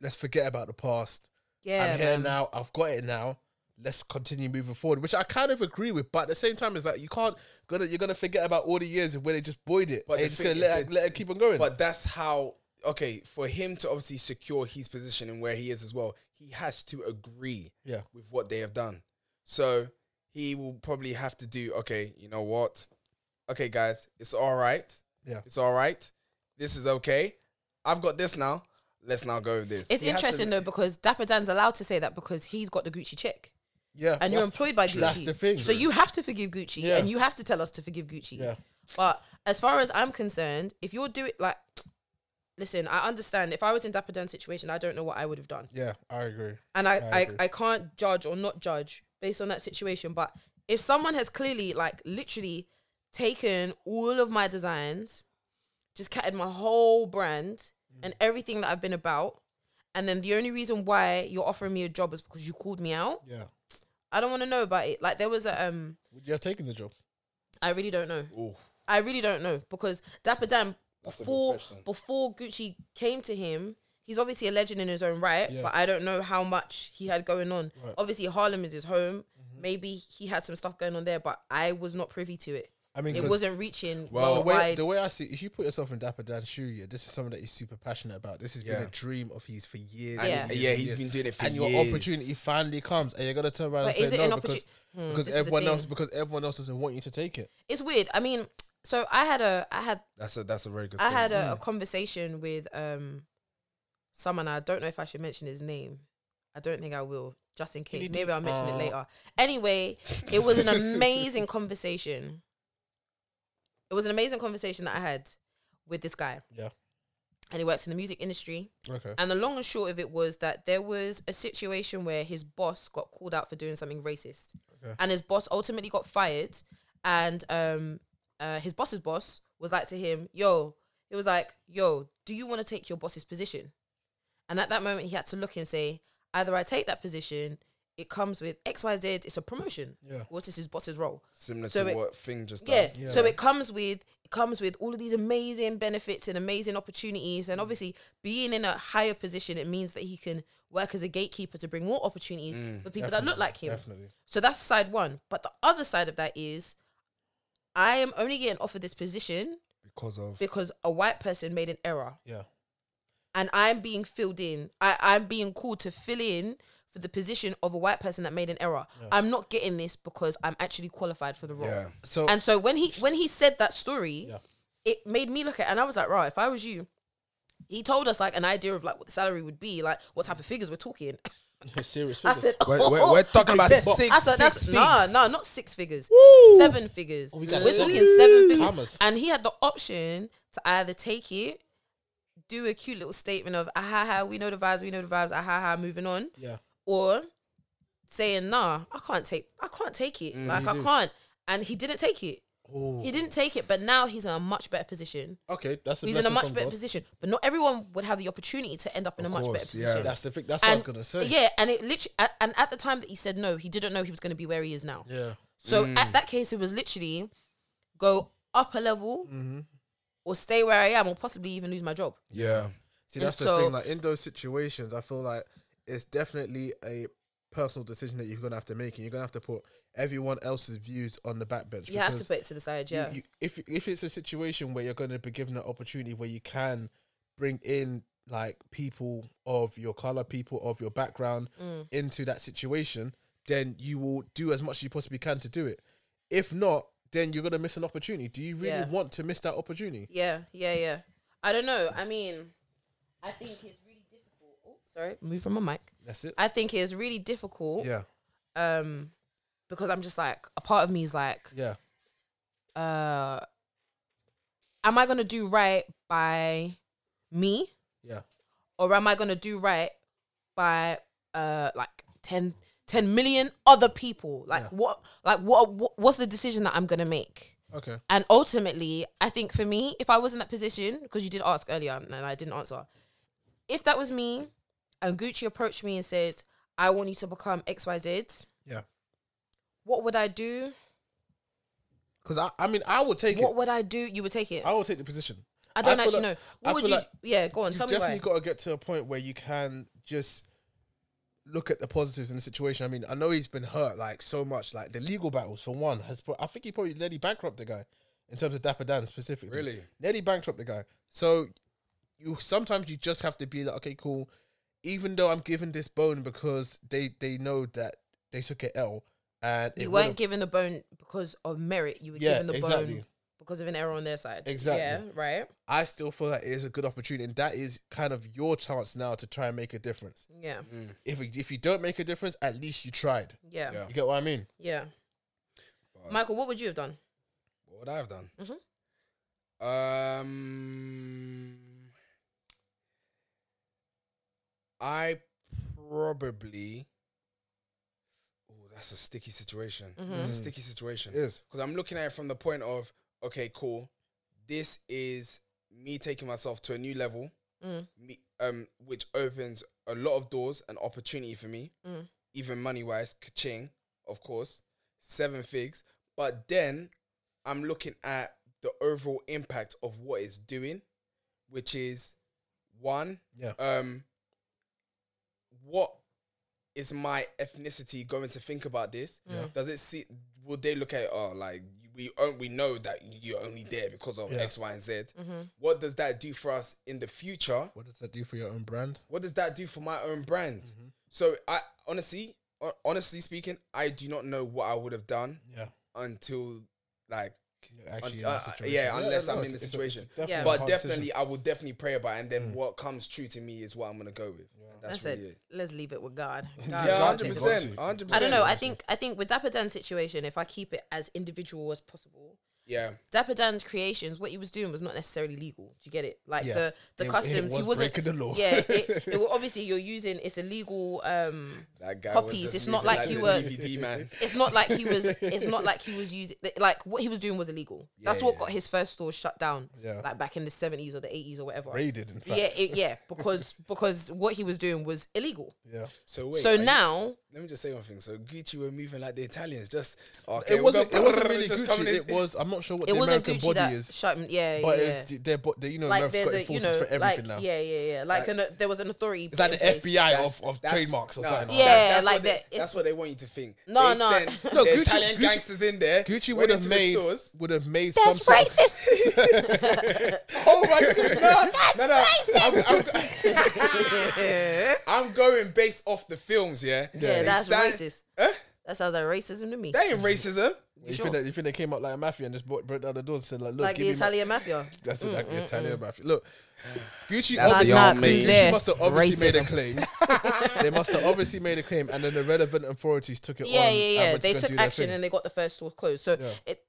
C: let's forget about the past.
B: Yeah,
C: I'm here
B: man.
C: now. I've got it now. Let's continue moving forward, which I kind of agree with. But at the same time, it's like you can't gonna you're gonna forget about all the years of where they just buoyed it.
A: But
C: But
A: the
C: you're just
A: thing
C: gonna
A: is
C: let it,
A: that-
C: let it keep on going.
A: But that's how okay for him to obviously secure his position and where he is as well. He has to agree
C: Yeah.
A: with what they have done. So he will probably have to do okay. You know what? Okay, guys, it's all right.
C: Yeah.
A: it's all right. This is okay. I've got this now. Let's now go with this.
B: It's
A: He has to-
B: interesting though because Dapper Dan's allowed to say that because he's got the Gucci check
C: yeah,
B: and you're
C: that's-
B: employed by Gucci.
C: true. That's the thing.
B: So
C: True.
B: you have to forgive Gucci
C: Yeah.
B: and you have to tell us to forgive Gucci.
C: Yeah.
B: But as far as I'm concerned, if you're doing like, listen, I understand. If I was in Dapper Dan's situation, I don't know what I would have done.
C: yeah, I agree.
B: and I, I,
C: agree.
B: I, can't judge or not judge based on that situation. But if someone has clearly, like, literally taken all of my designs, just catted my whole brand and everything that I've been about, and then the only reason why you're offering me a job is because you called me out,
C: Yeah.
B: I don't want to know about it. Like, there was a, um,
C: Would you have taken the job?
B: I really don't know.
A: Ooh.
B: I really don't know because Dapper Dan
A: That's a good
B: before
A: question.
B: before Gucci came to him, he's obviously a legend in his own right,
C: Yeah.
B: but I don't know how much he had going on.
C: Right.
B: Obviously, Harlem is his home.
A: Mm-hmm.
B: Maybe he had some stuff going on there, but I was not privy to it.
C: I mean,
B: It
C: 'cause
B: wasn't reaching
C: the
A: Well,
C: way,
B: worldwide.
C: the way I see, if you put yourself in Dapper Dan's shoe, yeah, this is something that he's super passionate about. This has been
A: Yeah.
C: a dream of his for years.
A: And-
B: Yeah.
C: and years
A: yeah,
C: and
A: he's
C: years.
A: been doing it for
C: and your
A: years.
C: opportunity finally comes, and you're gonna turn around
B: But
C: and
B: is
C: say
B: it an
C: no because
B: opportu- Hmm, this
C: because
B: is the
C: everyone
B: thing.
C: else because everyone else doesn't want you to take it.
B: it's weird. I mean, so I had a I had
A: That's a that's a very good.
B: I had
A: statement.
B: a, a conversation with um someone. I don't know if I should mention his name. I don't think I will, just in case. Maybe I'll mention it later. Anyway, it was an amazing conversation. It was an amazing conversation that I had with this guy,
C: Yeah.
B: and he works in the music industry.
C: Okay.
B: And the long and short of it was that there was a situation where his boss got called out for doing something racist,
C: Okay.
B: and his boss ultimately got fired. And um, uh, his boss's boss was like to him, "Yo," it was like, "Yo, do you want to take your boss's position?" And at that moment, he had to look and say, "Either I take that position, it comes with X, Y, Z. It's a promotion.
C: Yeah.
B: What is his boss's role?"
A: similar
B: so
A: to
B: it-
A: what thing just
B: yeah.
A: done.
C: Yeah.
B: So it comes with it comes with all of these amazing benefits and amazing opportunities,
C: Mm.
B: and obviously being in a higher position, it means that he can work as a gatekeeper to bring more opportunities for people that look
C: Mm, Definitely,
B: like him.
C: Definitely.
B: So that's side one. But the other side of that is, I am only getting offered this position
A: because of
B: because a white person made an error
C: Yeah.
B: and I'm being filled in. I, I'm being called to fill in for the position of a white person that made an error. I'm not getting this because I'm actually qualified for the role.
A: Yeah.
C: So
B: And so when he when he said that story,
C: Yeah.
B: it made me look at it and I was like, right, if I was you, he told us like an idea of like what the salary would be, like what type of figures we're talking.
C: serious.
B: I said,
A: We're- we're- we're talking about
B: I said-
A: six-
B: I said, that's,
A: six
B: Nah,
A: figs.
B: nah, not six figures,
C: Woo! Oh,
B: seven figers.
C: we
B: we
C: got
B: are
C: seven.
B: talking seven figures,
C: Thomas.
B: and he had the option to either take it, do a cute little statement of aha ha, we know the vibes, we know the vibes, aha ha, moving on,
C: yeah.
B: or saying nah, I can't take, I can't take it, like
C: Mm, you
B: I
C: do.
B: can't, and he didn't take it.
C: Ooh.
B: He didn't take it, but now he's in a much better position.
C: Okay, that's a
B: He's in a
C: blessing
B: much
C: from
B: better
C: God.
B: position, but not everyone would have the opportunity to end up in a much better
A: course, yeah.
B: position.
C: That's the thing. That's what I was gonna say.
B: Yeah, and it literally, a- and at the time that he said no, he didn't know he was going to be where he is now.
C: Yeah. Mm.
B: So at that case, it was literally
C: Mm-hmm.
B: go up a level or stay where I am or possibly even lose my job.
A: yeah.
C: See, that's the
B: So-
C: thing. Like in those situations, I feel like it's definitely a personal decision that you're gonna have to make, and you're gonna have to put everyone else's views on the backbench.
B: You have to
C: because
B: put it to the side,
C: you-
B: yeah.
C: you- if if it's a situation where you're going to be given an opportunity where you can bring in like people of your color, people of your background
B: Mm.
C: into that situation, then you will do as much as you possibly can to do it. If not, then you're going to miss an opportunity. Do you really
B: Yeah.
C: want to miss that opportunity?
B: Yeah, yeah, yeah. I don't know. I mean, I think it's really difficult. Oh, sorry, move from my mic.
C: That's it.
B: I think it's really difficult.
C: yeah,
B: Um, because I'm just like a part of me is like,
C: yeah,
B: uh, am I gonna do right by me,
C: yeah,
B: or am I gonna do right by uh like 10, 10 million other people? Like
C: Yeah.
B: what? Like what, what? What's the decision that I'm gonna make?
C: okay,
B: And ultimately, I think for me, if I was in that position, because you did ask earlier and I didn't answer, if that was me and Gucci approached me and said, I want you to become XYZ,
C: yeah.
B: what would I do?
C: Because I, I mean, I will take
B: What
C: it.
B: would I do? You would take it.
C: I will take the position.
B: I don't
C: I feel
B: actually
C: like-
B: know. What
C: I
B: would
C: feel
B: you
C: like
B: Yeah, go on, tell
C: You've
B: me why.
C: definitely got to get to a point where you can just look at the positives in the situation. I mean, I know he's been hurt like so much. Like the legal battles, for one, has pro- I think he probably nearly bankrupt the guy in terms of Dapper Dan specifically.
A: Really?
C: nearly bankrupt the guy. So you sometimes you just have to be like, okay, cool. Even though I'm giving this bone because they they know that they took it L and it
B: you
C: would've-
B: weren't given the bone because of merit, you were
C: Yeah,
B: given the
C: exactly.
B: bone because of an error on their side.
C: Exactly.
B: Yeah, right?
C: I still feel that it is a good opportunity, and that is kind of your chance now to try and make a difference.
B: Yeah,
C: If if you don't make a difference, at least you tried.
B: yeah, yeah.
A: Mm, Yeah.
C: You get what I mean?
A: But-
B: Michael, what would you have done?
A: What would I have done?
B: Mhm.
A: Um, I probably. Oh, that's a sticky situation. It's a sticky situation
C: is.
A: because I'm looking at it from the point of okay, cool. This is me taking myself to a new level,
B: Mm.
A: me, um, which opens a lot of doors and opportunity for me,
B: Mm.
A: even money wise, ka-ching, of course, seven figs. But then I'm looking at the overall impact of what it's doing, which is one,
C: Yeah.
A: um, what is my ethnicity going to think about this?
C: Yeah.
A: Does it see? Will they look at it, oh like we on- we know that you're only there because of
C: Yeah.
A: X, Y, and Z?
B: Mm-hmm.
A: What does that do for us in the future?
C: What does that do for your own brand?
A: What does that do for my own brand?
C: Mm-hmm.
A: So I honestly, hon- honestly speaking, I do not know what I would have done
C: Yeah.
A: until like
C: You're
A: Un-
C: actually in
A: uh,
C: that situation.
A: yeah, unless I'm
C: no,
A: in
C: it's-
A: the
C: it's-
A: situation.
C: it's definitely
B: Yeah.
C: a
A: but
C: hard
A: definitely
C: decision. Mm.
A: I will definitely pray about it and then what comes true to me is what I'm gonna go with. And
B: I
A: That's
B: said,
A: really it.
B: let's leave it with God. God
A: Yeah,
B: will
A: hundred
B: take it.
A: percent.
C: Got to.
A: hundred
B: I
A: percent.
B: don't know. I think I think with Dapper Dan's situation, if I keep it as individual as possible,
A: Yeah.
B: Dapper Dan's creations, what he was doing was not necessarily legal. Do you get it? Like
C: Yeah.
B: the the
C: It- it
B: customs, he
C: was
B: wasn't
C: breaking the law.
B: Yeah, it, it, well, obviously you're using it's illegal. Um,
A: That guy
B: Copies,
A: Was just
B: it's not
A: moving
B: like you
A: the
B: were-
A: DVD man.
B: it's not like he was. It's not like he was using like what he was doing was illegal. That's
A: Yeah,
B: what
A: yeah.
B: got his first store shut down.
C: Yeah.
B: like back in the seventies or the eighties or whatever.
C: raided. In fact.
B: Yeah, it, yeah, because because what he was doing was illegal.
C: yeah.
A: So wait. are
B: so
A: you-
B: now.
A: let me just say one thing. So Gucci were moving like the Italians. Just okay.
C: it
A: we're
C: wasn't.
A: gonna-
C: It wasn't really
A: just
C: Gucci.
A: coming in-
C: It was. I'm not sure what
B: It
C: the
B: wasn't
C: American
B: Gucci
C: body
B: that
C: is,
B: shut him. Yeah,
C: but
B: yeah.
C: it's d- their. bo- they- You know,
B: like there's
C: America's got
B: a you
C: enforcers
B: know
C: for everything
B: like
C: now.
B: yeah yeah yeah like, an, there was an authority.
C: It's like the FBI of, of
A: that's-
C: trademarks or
A: no,
C: something.
A: that-
C: like that.
B: Yeah,
A: that's
B: like
A: what they,
B: that. It-
A: That's what they want you to think.
B: No,
A: they
B: no.
A: sent
B: No,
A: the
C: Gucci-
A: Italian
C: Gucci-
A: gangsters in there.
C: Gucci
A: went
C: would
A: into
C: have
A: the
C: made
A: stores.
C: would have made
B: That's
C: some sort of-
B: racist.
A: Oh my god! no, no, I'm,
B: yeah,
A: I'm, I'm going based off the films. Yeah. They
B: that's
A: sang-
B: racist.
C: Eh?
A: Huh?
B: That sounds like racism to me.
A: That ain't racism.
C: You
B: Sure.
C: think that you think they came out like a mafia and just brought, broke down the doors and said like, look,
B: like
C: give
B: the
C: me my-
B: Italian Mm, mafia.
C: That's it, like the Italian mafia. Look, Gucci
A: That's the
C: obviously,
A: Nah, nah,
C: Gucci
A: who's there?
C: must have obviously
B: Racism.
C: made a claim. they must have obviously made a claim, and then the relevant authorities took it
B: Yeah,
C: on.
B: yeah,
C: and
B: yeah.
C: were just
B: They
C: gonna do
B: took
C: their
B: action
C: thing.
B: and they got the first store closed. So
C: Yeah.
B: it, it-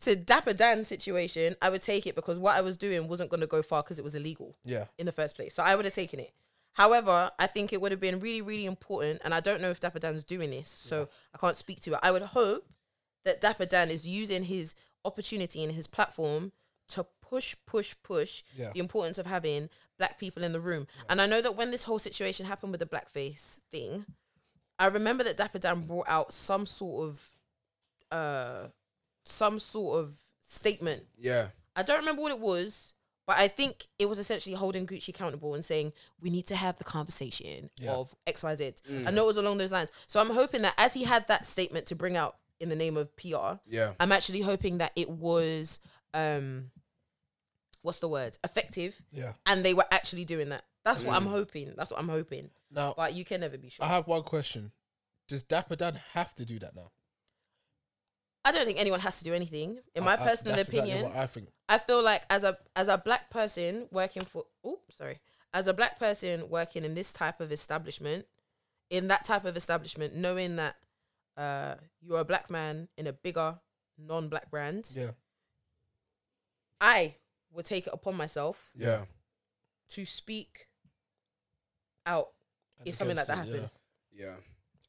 B: to Dapper Dan situation, I would take it because what I was doing wasn't going to go far because it was illegal
C: yeah,
B: in the first place. So I would have taken it. However, I think it would have been really, really important, and I don't know if Dapper Dan's doing this, so I can't speak to it. I would hope that Dapper Dan is using his opportunity and his platform to push, push, push
C: Yeah.
B: the importance of having black people in the room. And I know that when this whole situation happened with the blackface thing, I remember that Dapper Dan brought out some sort of, uh, some sort of statement
A: Yeah.
B: I don't remember what it was, but But I think it was essentially holding Gucci accountable and saying we need to have the conversation
C: Yeah. Mm.
B: of X, Y, Z. I know it was along those lines. So I'm hoping that as he had that statement to bring out in the name of PR,
A: Yeah.
B: I'm actually hoping that it was um what's the word? Effective
C: Yeah.
B: and they were actually doing that. That's what I'm hoping. That's what I'm hoping.
C: Now
B: But you can never be sure.
C: Mm. I have one question. Does Dapper Dan have to do that now?
B: I don't think anyone has to do anything. In my
C: I- I-
B: personal
C: that's
B: opinion,
C: exactly what I think.
B: I feel like as a as a black person working for oh sorry as a black person working in this type of establishment, in that type of establishment, knowing that uh, you're a black man in a bigger non-black brand,
C: Yeah,
B: I will take it upon myself
A: Yeah.
B: to speak out
C: And
B: if something like that
C: against it,
B: happened.
A: Yeah.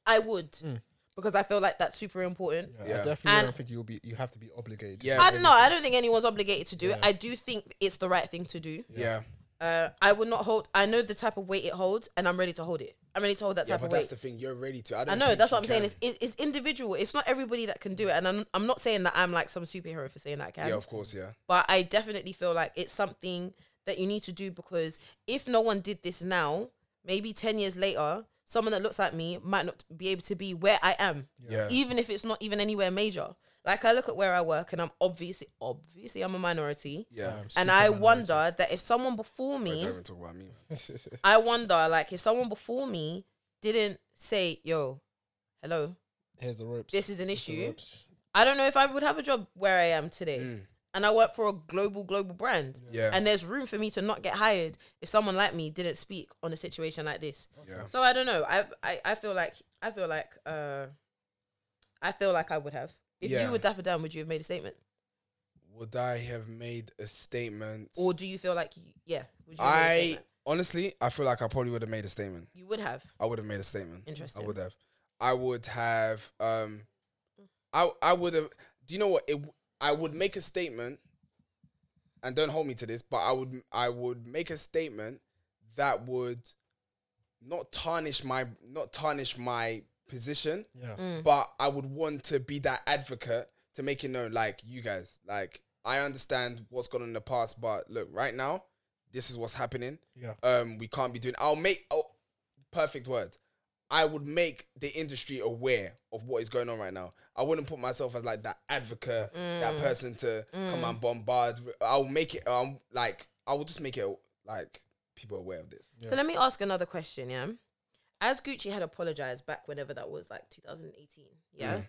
B: I would
C: Mm.
B: because I feel like that's super important.
C: Yeah, I
A: Yeah.
C: definitely
B: And-
C: don't think you'll be. You have to be obligated. to
A: Yeah.
C: do
B: I don't know.
C: anything.
B: I don't think anyone's obligated to do it.
C: Yeah.
B: I do think it's the right thing to do.
A: Yeah.
B: Uh, I would not hold. I know the type of weight it holds, and I'm ready to hold it. I'm ready to hold that
A: Yeah,
B: type
A: but
B: of
A: that's
B: weight.
A: the thing. You're ready to. I,
B: I
A: don't
B: know
A: think
B: that's
A: you
B: what I'm saying.
A: can.
B: It's, it, it's individual. It's not everybody that can do it, and I'm, I'm not saying that I'm like some superhero for saying that I can.
A: yeah, of course. Yeah.
B: But I definitely feel like it's something that you need to do because if no one did this now, maybe ten years later, someone that looks like me might not be able to be where I am
A: Yeah.
B: even if it's not even anywhere major. Like I look at where I work and I'm obviously obviously I'm a minority.
A: Yeah.
C: I'm
B: And
C: super
B: I
C: minority.
B: wonder that if someone before
A: Don't
B: me,
A: even talk about me.
B: I wonder like if someone before me didn't say, "Yo, hello,
C: Here's the ropes.
B: this is an
C: Here's the
B: issue."
C: ropes.
B: I don't know if I would have a job where I am today.
A: Mm.
B: And I work for a global global brand.
A: Yeah.
B: And there's room for me to not get hired if someone like me didn't speak on a situation like this.
A: yeah.
B: So I don't know. I I, I feel like I feel like uh, I feel like I would have. If
A: Yeah.
B: you were Dapper Dan, would you have made a statement,
A: Would I have made a statement?
B: or do you feel like you, yeah? Would you? have made a
A: I
B: statement?
A: honestly, I feel like I probably would have made a statement.
B: you would have.
A: I would have made a statement.
B: Interesting.
A: I would have. I would have. Um, I I would have. Do you know what? It, w- I would make a statement, and don't hold me to this, but I would I would make a statement that would not tarnish my not tarnish my position,
C: Yeah.
B: Mm.
A: but I would want to be that advocate to make it known, like you guys, like I understand what's gone on in the past, but look, right now, this is what's happening
C: Yeah.
A: um, we can't be doing. I'll make oh, perfect word. I would make the industry aware of what is going on right now. I wouldn't put myself as like that advocate,
B: Mm.
A: that person to come and bombard. I'll make it. Um, like I will just make it like people aware of this.
B: So let me ask another question. Yeah, as Gucci had apologized back whenever that was, like 2018. Yeah.
A: Mm.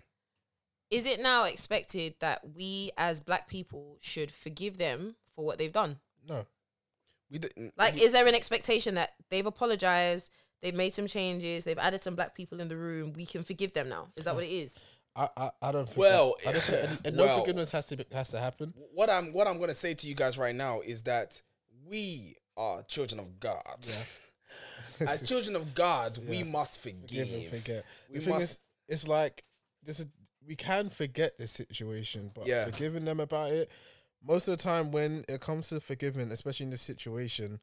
B: Is it now expected that we as black people should forgive them for what they've done?
C: No.
A: We did,
B: Like, is there an expectation that they've apologized, they've made some changes, they've added some black people in the room, we can forgive them now? Is that what it is?
C: I, I, I don't think
A: Well,
C: that- I don't think any, and
A: well.
C: no forgiveness has to be, has to happen.
A: what I'm what I'm gonna say to you guys right now is that we are children of God. As children of God, we must forgive.
C: Give and forget.
A: We
C: the thing
A: must-
C: is, it's like this is we can forget this situation, but
A: Yeah.
C: forgiving them about it. Most of the time, when it comes to forgiving, especially in this situation,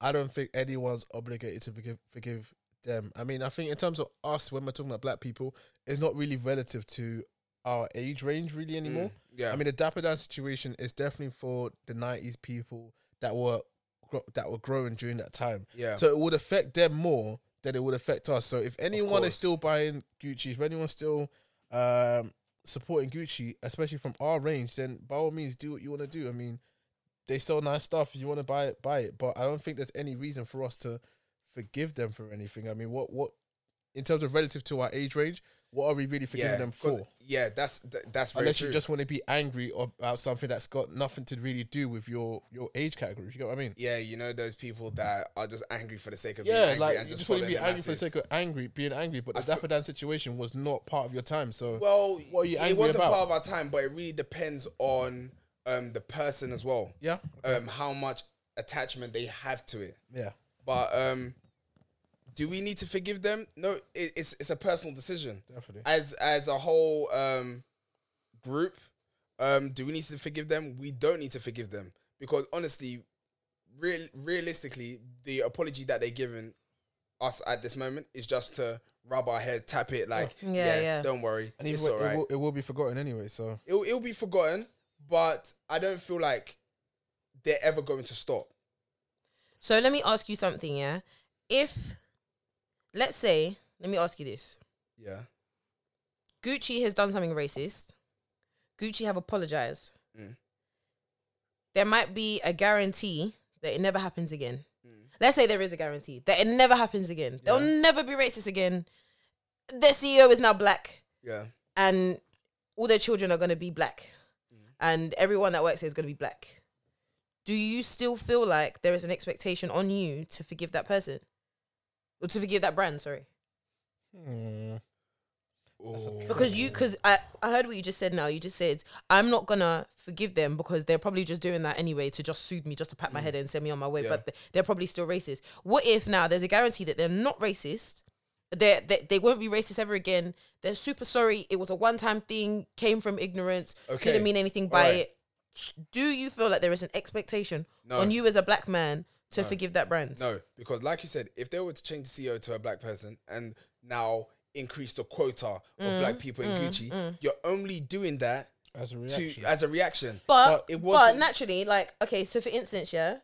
C: I don't think anyone's obligated to forgive forgive them. I mean, I think in terms of us, when we're talking about black people, it's not really relative to our age range really anymore.
A: Mm. yeah.
C: I mean, the Dapper Dan situation is definitely for the '90s people that were gro- that were growing during that time.
A: Yeah.
C: So it would affect them more than it would affect us. So if anyone
A: course.
C: is still buying Gucci, if anyone's still um, supporting Gucci, especially from our range, then by all means, do what you want to do. I mean, they sell nice stuff. If you want to buy it, buy it. But I don't think there's any reason for us to forgive them for anything. I mean, what what in terms of relative to our age range, what are we really forgiving them
A: 'cause-
C: for?
A: Yeah, that's th- that's very
C: Unless
A: true.
C: you just want to be angry about something that's got nothing to really do with your your age category. You get what I mean?
A: yeah, you know those people that are just angry for the sake of being
C: Yeah,
A: angry
C: like
A: and
C: you just want to
A: following
C: be
A: the
C: angry for the
A: masses.
C: sake of angry, being angry. But the Dapper Dan situation was not part of your time, so
A: Well,
C: What are you
A: it
C: angry
A: wasn't
C: about?
A: part of our time, but it really depends on um the person as well.
C: yeah,
A: Um, how much attachment they have to it.
C: yeah,
A: But um, do we need to forgive them? No, it, it's it's a personal decision.
C: definitely.
A: As as a whole um group, um, do we need to forgive them? We don't need to forgive them because honestly, real realistically, the apology that they're giving us at this moment is just to rub our head, tap it, like yeah,
B: Yeah, yeah.
A: don't worry,
C: And
A: it's
C: even,
A: alright.
C: it, will, it will be forgotten anyway. So
A: It'll it'll be forgotten, but I don't feel like they're ever going to stop.
B: So let me ask you something, yeah? If, let's say, let me ask you this
A: Yeah.
B: Gucci has done something racist, Gucci have apologized.
A: Mm.
B: There might be a guarantee that it never happens again. Let's say there is a guarantee that it never happens again. They'll never be racist again. Their CEO is now black.
A: Yeah.
B: and all their children are going to be black and everyone that works here is going to be black do you still feel like there is an expectation on you to forgive that person or to forgive that brand sorry
C: hmm,
B: because you because I, I heard what you just said now you just said i'm not gonna forgive them because they're probably just doing that anyway to just soothe me just to pat my head and send me on my way
A: Mm. Yeah.
B: but th- they're probably still racist what if now there's a guarantee that they're not racist they're, they, they won't be racist ever again they're super sorry it was a one-time thing came from ignorance
A: Okay.
B: didn't mean anything by
A: Alright.
B: it do you feel like there is an expectation
A: No.
B: on you as a black man to forgive that brand
A: No, because like you said, if they were to change the CEO to a black person and now increase the quota of
B: Mm-hmm.
A: black people in Gucci, you're only doing that
C: As a
A: to
C: reaction.
A: as a reaction.
B: But,
A: it
B: but
A: wasn't.
B: naturally, like okay, so for instance, yeah,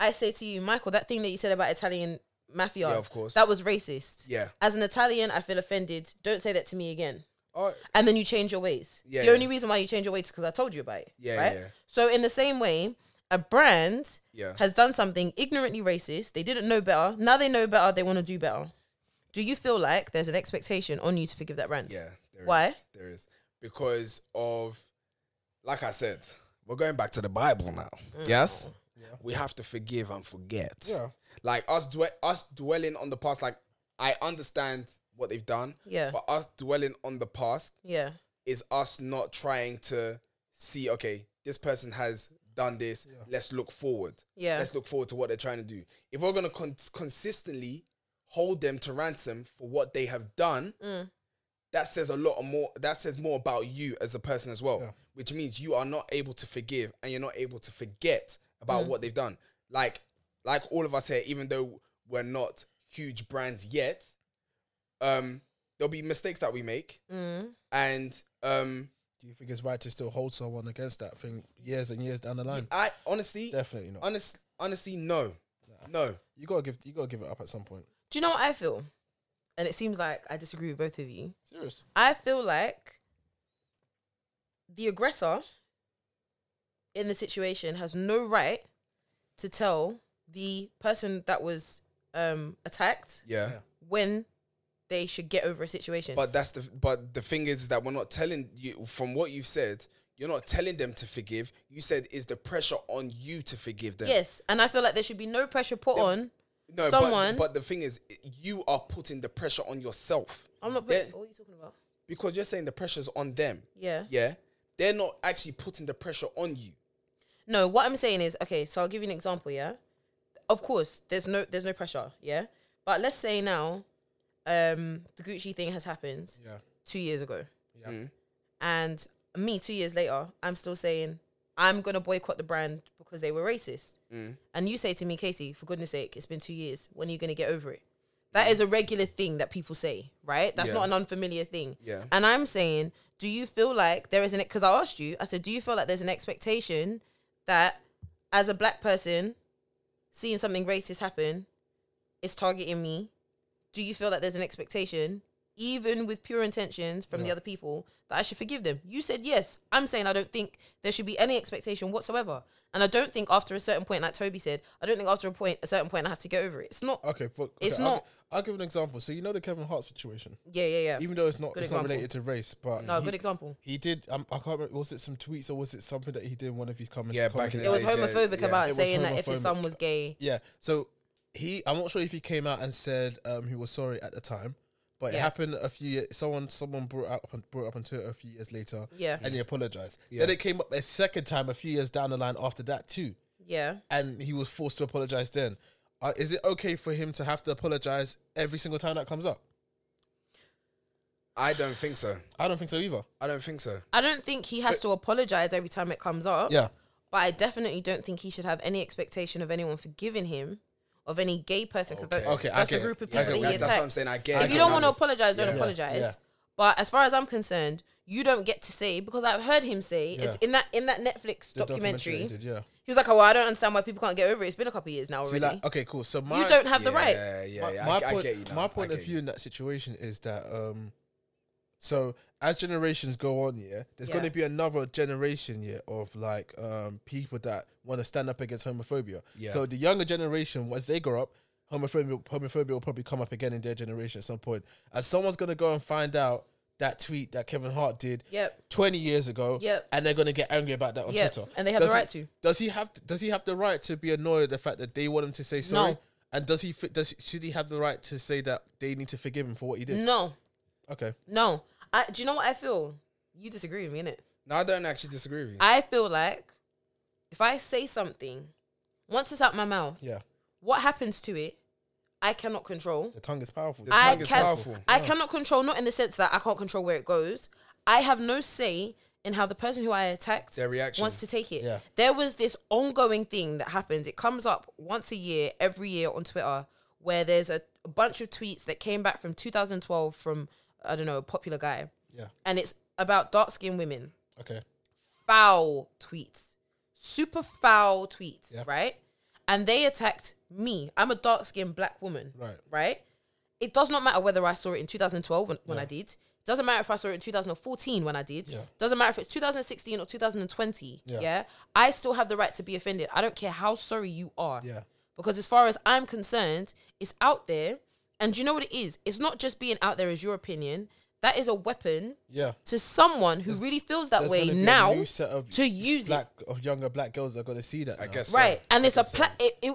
B: I say to you, Michael, that thing that you said about Italian mafia,
A: Yeah, of course.
B: that was racist.
A: Yeah.
B: As an Italian, I feel offended. Don't say that to me again.
A: Oh,
B: And then you change your ways.
A: Yeah,
B: the
A: yeah.
B: only reason why you change your ways is because I told you about it.
A: Yeah,
B: Right.
A: yeah.
B: So in the same way, a brand
A: Yeah.
B: has done something ignorantly racist. They didn't know better. Now they know better. They want to do better. Do you feel like there's an expectation on you to forgive that brand?
A: yeah. there is.
B: Why?
A: There is. Because of, like I said, we're going back to the Bible now.
B: Mm.
A: Yes? We have to forgive and forget.
C: Yeah.
A: Like us, dwe- us dwelling on the past, like I understand what they've done.
B: Yeah.
A: But us dwelling on the past
B: Yeah.
A: is us not trying to see, okay, this person has done this. Let's look forward.
B: Yeah.
A: Let's look forward to what they're trying to do. If we're going to con- consistently hold them to ransom for what they have done, that says a lot more. That says more about you as a person as well, which means you are not able to forgive and you're not able to forget about what they've done. Like, like all of us here, even though we're not huge brands yet, um, there'll be mistakes that we make,
B: Mm.
A: and um,
C: Do you think it's right to still hold someone against that thing years and years down the line?
A: I honestly,
C: Definitely not.
A: honest, honestly, no, no,
C: You gotta give you gotta give it up at some point.
B: Do you know what I feel? And it seems like I disagree with both of you.
C: Serious.
B: I feel like the aggressor in the situation has no right to tell the person that was um, attacked
A: yeah.
B: when they should get over a situation.
A: But that's the but the thing is that we're not telling you from what you've said. You're not telling them to forgive. You said is the pressure on you to forgive them.
B: yes, and I feel like there should be no pressure put on.
A: No,
B: someone-
A: But, but the thing is, you are putting the pressure on yourself
B: I'm not. Putting,
A: There-
B: what are you talking about?
A: because you're saying the pressure's on them.
B: Yeah.
A: Yeah, they're not actually putting the pressure on you.
B: No, what I'm saying is okay. So I'll give you an example. Yeah, of course, there's no there's no pressure. Yeah, but let's say now, um, the Gucci thing has happened
C: Yeah.
B: two years ago,
C: Yeah.
A: Hmm.
B: and me two years later, I'm still saying I'm gonna boycott the brand because they were racist.
A: Hmm.
B: And you say to me, Casey, for goodness sake, it's been two years. When are you gonna get over it? That is a regular thing that people say, right? That's
A: Yeah.
B: not an unfamiliar thing.
A: Yeah.
B: And I'm saying, do you feel like there is an? Because I asked you, I said, do you feel like there's an expectation that as a black person seeing something racist happen is targeting me? Do you feel like there's an expectation, even with pure intentions from the other people, that I should forgive them? You said yes. I'm saying I don't think there should be any expectation whatsoever. And I don't think after a certain point, like Toby said, I don't think after a point, a certain point, I have to get over it. It's not.
C: Okay, but okay,
B: It's
C: I'll, gi-
B: not-
C: I'll give an example. So you know the Kevin Hart situation,
B: Yeah, yeah, yeah.
C: even though it's not
B: Good
C: it's
B: example.
C: not related to race, but
B: no,
C: he,
B: good example.
C: he did. Um, I can't remember. Was it some tweets or was it something that he did in one of his comments?
A: Yeah, back in the
B: It was
A: Yeah, yeah,
B: homophobic
A: yeah.
B: about
C: It was
B: saying that if
C: homophobic.
B: his son was gay.
C: Yeah. So he, I'm not sure if he came out and said um, he was sorry at the time, but it
B: Yeah.
C: happened a few. Years, someone, someone brought up brought up onto it a few years later.
B: Yeah.
C: And he apologized. Then it came up a second time a few years down the line after that too,
B: Yeah.
C: and he was forced to apologize then. Uh, is it okay for him to have to apologize every single time that comes up?
A: I don't think so.
C: I don't think so either.
A: I don't think so.
B: I don't think he has to apologize every time it comes up.
C: Yeah.
B: But I definitely don't think he should have any expectation of anyone forgiving him, of any gay person, because
A: Okay.
C: Okay, I
B: that's the
C: get it.
B: group of people
C: Yeah, I
B: that
C: get
B: he
C: it.
A: That-
B: attacked.
A: that's what I'm saying. I get.
C: If
A: it.
B: If you don't
A: I
B: want to
A: get it.
B: apologize, don't
C: Yeah.
B: apologize.
C: Yeah.
B: But as far as I'm concerned, you don't get to say because I've heard him say it's
C: Yeah.
B: in that in that Netflix
C: The
B: documentary.
C: he did, yeah.
B: He was like, "Oh, well, I don't understand why people can't get over it. It's been a couple of years now
C: So
B: already.
C: like, okay, cool. So my
B: you don't have the right."
A: Yeah, yeah,
C: my,
A: yeah.
C: my
A: I,
C: point,
A: I get you now.
C: my
A: I
C: point of
A: get
C: view in that situation is that um, so as generations go on, yeah, there's
B: Yeah.
C: going to be another generation, yeah, of like um people that want to stand up against homophobia.
A: Yeah.
C: So the younger generation, once they grow up, homophobia homophobia will probably come up again in their generation at some point, and someone's going to go and find out that tweet that Kevin Hart did.
B: Yep.
C: 20 years ago
B: Yep.
C: and they're going to get angry about that on
B: Yep,
C: Twitter.
B: and they have the
C: Does he-
B: right to.
C: Does he have does he have the right to be annoyed at the fact that they want him to say sorry?
B: No.
C: And does he fi- does should he have the right to say that they need to forgive him for what he did?
B: No,
C: Okay.
B: no. I, do you know what I feel? You disagree with me, innit?
A: No, I don't actually disagree with you.
B: I feel like if I say something, once it's out my mouth,
C: Yeah.
B: what happens to it, I cannot control.
C: The tongue is powerful.
A: The
B: I
A: tongue is
B: can-
A: powerful.
B: I cannot control, not in the sense that I can't control where it goes. I have no say in how the person who I attacked
A: Their reaction.
B: wants to take it.
C: Yeah.
B: There was this ongoing thing that happens. It comes up once a year, every year on Twitter, where there's a, a bunch of tweets that came back from 2012 from, I don't know, a popular guy.
C: Yeah.
B: And it's about dark skinned women.
C: Okay.
B: foul tweets, super foul tweets,
C: Yeah.
B: right? And they attacked me. I'm a dark skinned black woman,
C: Right.
B: right? It does not matter whether I saw it in 2012 when, when I did. Doesn't matter if I saw it in 2014 when I did.
C: Yeah.
B: Doesn't matter if it's 2016 or 2020.
C: Yeah.
B: Yeah. I still have the right to be offended. I don't care how sorry you are.
C: Yeah.
B: Because as far as I'm concerned, it's out there. And you know what it is? It's not just being out there as your opinion. That is a weapon
C: Yeah.
B: to someone who really feels that
C: There's
B: way
C: gonna be a
B: now
C: new set of
B: to use
C: Black of younger black girls are going to see that.
A: I
C: now.
A: guess
B: it. Right.
A: so.
B: And it's a
A: I guess
B: pla- it, it,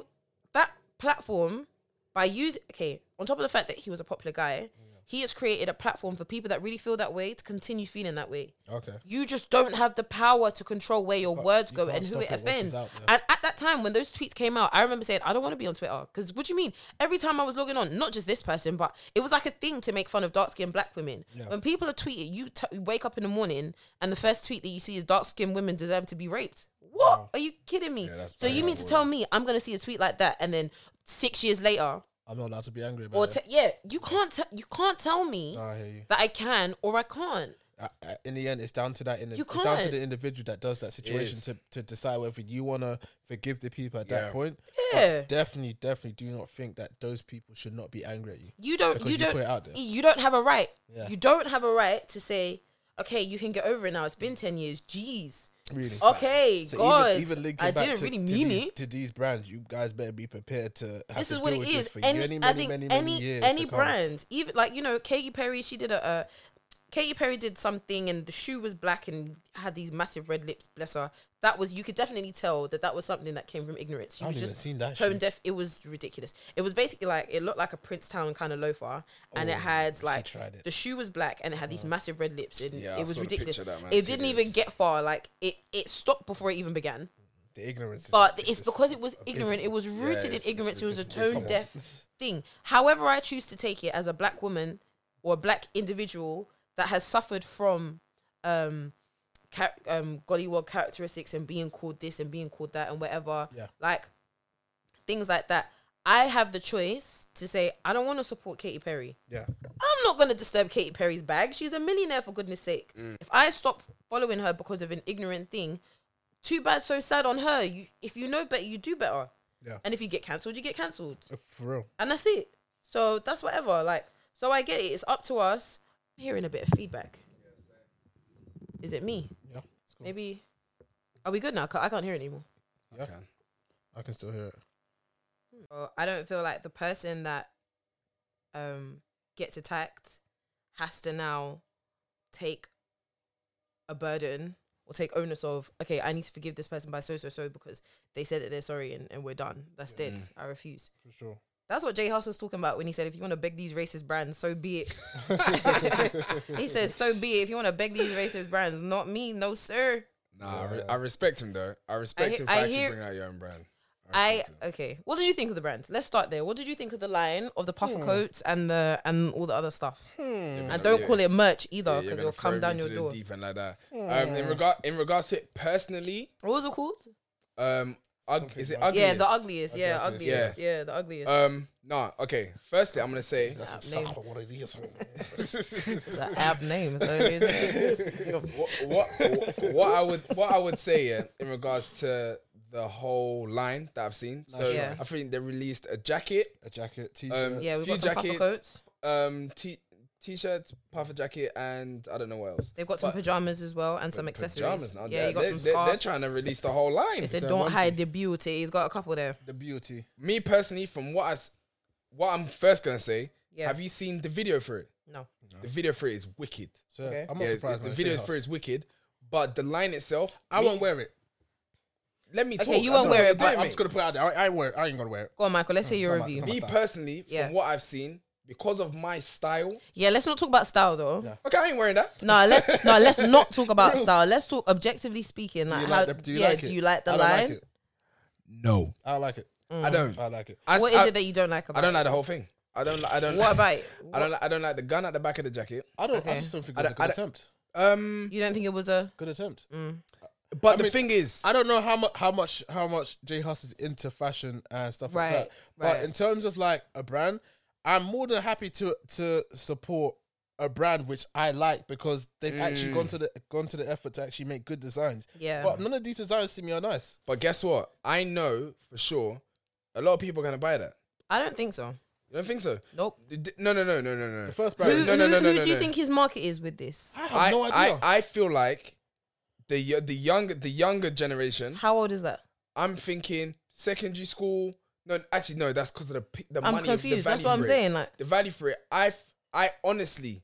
B: that platform by using okay, on top of the fact that he was a popular guy, he has created a platform for people that really feel that way to continue feeling that way.
C: Okay.
B: You just don't have the power to control where your words
C: you
B: go
C: can't
B: and who
C: stop
B: it
C: it once it's
B: offends.
C: out there.
B: And at that time, when those tweets came out, I remember saying, I don't want to be on Twitter. Because what do you mean? Every time I was logging on, not just this person, but it was like a thing to make fun of dark skinned black women. When people are tweeting, you t- you wake up in the morning and the first tweet that you see is dark skinned women deserve to be raped. What? Are you kidding me?
A: that's
B: so you mean to tell me I'm going to see a tweet like that and then six years later,
C: I'm not allowed to be angry about
B: or
C: it.
B: te- yeah, you can't, te- you can't tell me
C: No, I hear you.
B: that I can or I can't.
C: I- I- in the end, it's down to that. In
B: You
C: it's down to
B: can't.
C: the individual that does that situation
A: is.
C: to, to decide whether you want to forgive the people at that
A: Yeah.
C: point.
B: Yeah.
C: But definitely, definitely do not think that those people should not be angry at you.
B: you don't
C: Because
B: you,
C: you
B: don't
C: put it out there.
B: you don't have a right
C: Yeah.
B: you don't have a right to say okay you can get over it now it's been 10 years jeez
C: Really.
B: okay god
C: linking
B: i
C: back
B: didn't really
C: to
B: mean
C: these,
B: it
C: to these brands, you guys better be prepared to have
B: this
C: to
B: is what
C: deal
B: it
C: with this
B: is
C: for
B: any
C: many,
B: i
C: many,
B: think
C: many, many
B: any
C: years.
B: any
C: to come.
B: brand even like you know katy perry she did a uh, Katy Perry did something and the shoe was black and had these massive red lips, bless her. That was, you could definitely tell that that was something that came from ignorance. You
C: I
B: were
C: haven't even
B: just
C: seen that
B: tone
C: shoe.
B: deaf. It was ridiculous. It was basically like, it looked like a Princetown kind of loafer and it had like,
C: Oh, tried it. Uh-huh.
B: the shoe was black and it had these massive red lips and
A: Yeah, I
B: it was
A: saw the
B: ridiculous.
A: picture of that, man.
B: it didn't even
A: Serious.
B: get far. Like, it, it stopped before it even began.
C: The ignorance, is-
B: But
C: is
B: it's
C: just-
B: because it was ignorant. It was
A: Yeah,
B: rooted
A: it's-
B: in
A: it's
B: ignorance. It was a
A: ridiculous. Come
B: tone
A: on.
B: deaf thing. However, I choose to take it as a black woman or a black individual that has suffered from um, char- um gollywog characteristics and being called this and being called that and whatever.
C: Yeah.
B: Like things like that. I have the choice to say I don't want to support Katy Perry.
C: yeah, uh,
B: I'm not going to disturb Katy Perry's bag. She's a millionaire, for goodness sake.
C: Mm.
B: If I stop following her because of an ignorant thing, too bad, so sad on her. You, if you know better, you do better.
C: Yeah.
B: And if you get cancelled, you get cancelled.
C: for real.
B: And that's it. So that's whatever. Like, so I get it. It's up to us. I'm hearing a bit of feedback. Is it me?
C: Yeah, it's cool.
B: Maybe. Are we good now? 'Cause I can't hear it anymore.
A: I
C: Yeah.
A: can.
C: I can still hear it.
B: Well, I don't feel like the person that um gets attacked has to now take a burden or take onus of okay, I need to forgive this person by so so so because they said that they're sorry and, and we're done. That's dead. I refuse.
C: For sure.
B: That's what Jay House was talking about when he said if you want to beg these racist brands, so be it. he says, so be it. If you want to beg these racist brands, not me, no sir.
A: Nah, I, re- I respect him though. I respect
B: he-
A: him for
B: I
A: actually
B: hear-
A: bringing out your own brand.
B: I
A: respect him.
B: okay. What did you think of the brand? Let's start there. What did you think of the line of the puffer
A: Hmm.
B: coats and the and all the other stuff?
C: Hmm.
A: You're
B: And
A: gonna-
B: don't
A: Hmm. yeah,
B: call it merch either
A: yeah, you're
B: because
A: gonna
B: it'll come
A: throw
B: down
A: me
B: your
A: to the
B: door.
C: Hmm.
A: deep end like that. Um, in regard in regards to it personally,
B: What was it called?
A: um, Ug- is it
C: Something like-
A: ugliest?
B: Yeah, the ugliest. Yeah,
C: Ugliest.
B: ugliest. Yeah, the ugliest.
A: Um, nah, okay. Firstly, I'm gonna say
C: That's
B: Nah,
C: exactly
B: maybe.
C: what it is.
B: It's an ab name. So it is.
A: what, what what I would what I would say yeah, in regards to the whole line that I've seen. So
B: Yeah.
A: I think they released a jacket,
C: A jacket, t-shirt.
A: Um,
B: yeah, we've got
A: Few
B: some puffer
A: jackets.
B: coats.
A: um, t t-shirts, puffer jacket, and I don't know what else.
B: They've got some
A: But
B: pajamas as well and some accessories.
A: pajamas now.
B: Yeah, you got
A: they,
B: some
A: they, they're
B: scarves.
A: trying to release the whole line.
B: They said
C: They're
B: don't
C: wanting-
B: hide the beauty. He's got a couple there.
C: the beauty.
A: Me personally, from what I s- what I'm first gonna say,
B: Yeah.
A: have you seen the video for it?
B: No.
A: The video for it is wicked.
C: So
B: Okay.
C: I'm
A: Yeah,
C: not
A: it's-
C: surprised.
A: the
C: man,
A: video
C: Treehouse.
A: for it is wicked, but the line itself,
C: I
A: me-
C: won't wear it.
A: Let me
B: Okay,
A: talk.
B: you
A: that's what
B: won't wear
A: I'm doing,
B: it, but
C: I'm
A: mate.
C: just gonna put it out there. I, I ain't wear it. I ain't gonna wear it.
B: Go on, Michael. Let's hear your
C: come on,
B: review.
C: come on.
A: Me
C: style.
A: personally,
B: Yeah.
A: from what I've seen, because of my style,
B: Yeah, let's not talk about style though.
C: Yeah.
A: okay, I ain't wearing that.
B: No, let's no, let's not talk about
C: Real.
B: style. Let's talk objectively speaking. Like,
C: you
B: how,
C: like the- do you
B: yeah,
C: like
B: do
C: it?
B: you like the
C: I don't
B: line? Mm.
C: like it.
A: No,
C: I don't like it.
A: I don't.
C: I like it.
A: I, s-
B: What is
A: I-
B: it that you don't like about?
A: I don't
B: it?
A: like the whole thing. I don't. li- I don't.
B: What about it?
A: I don't. Like, I don't like the gun at the back of the jacket.
C: I don't.
B: Okay.
C: I just don't think
A: I
C: it was a
A: don't- I
C: good
A: don't-
C: attempt.
A: Um,
B: You don't think it was a?
C: Good attempt.
A: but the
C: mean-
A: thing is,
C: I don't know how much how much how much J Huss is into fashion and stuff
B: Right,
C: like that. But
B: right.
C: in terms of like a brand, I'm more than happy to to support a brand which I like because they've actually gone to the gone to the effort to actually make good designs.
B: Mm. Yeah.
C: But none of these designs to me are nice.
A: but guess what? I know for sure, a lot of people are gonna buy that.
B: I don't think so.
A: You don't think so?
B: Nope.
A: D- d- No, no, no, no, no, no.
C: The first
B: Who,
C: brand,
A: no, no,
B: who-
A: no, no,
B: who
A: no,
B: do you
A: no.
B: think his market is with this?
C: I have
A: I,
C: no idea.
A: I, I feel like the yo- the younger the younger generation.
B: How old is that?
A: I'm thinking secondary school. No, actually, no. That's because of the p- the
B: I'm
A: money. of The
B: confused.
A: value
B: That's what I'm
A: for it.
B: saying. Like,
A: the value for it. I f- I honestly,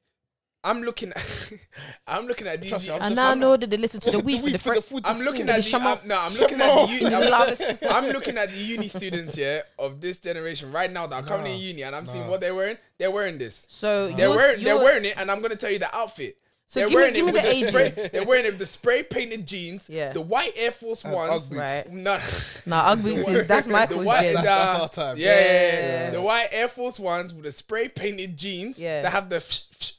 A: I'm looking at, I'm looking at these.
C: Trust me, I'm
B: and
C: just-
B: now I
C: I'm-
B: know that they listen to the
C: The
B: weed for
C: weed
B: the
C: for the
B: fruit.
C: food, the
A: I'm looking
B: the
A: at the,
B: shaman-
A: I'm, no, I'm looking at the uni,
B: Lovers.
A: I'm, I'm looking at the uni students yeah of this generation right now that are currently in uni and I'm seeing what they're wearing. They're wearing this.
B: So
A: They're
B: yours-
A: wearing they're
B: your-
A: wearing it, and I'm gonna tell you the outfit.
B: So
A: they're
B: give me-
A: wearing it
B: give me
A: with
B: the
A: Spray,
B: ages.
A: they're wearing it with the spray painted jeans,
B: Yeah.
A: the white Air Force ones,
C: Ugg
B: boots.
A: no,
B: Nah, ugly is that's
A: the
B: Michael's
A: white,
B: gen.
C: that's- that's our time.
A: Yeah, yeah, yeah,
B: Yeah.
A: the white Air Force ones with the spray painted jeans
B: Yeah.
A: that have the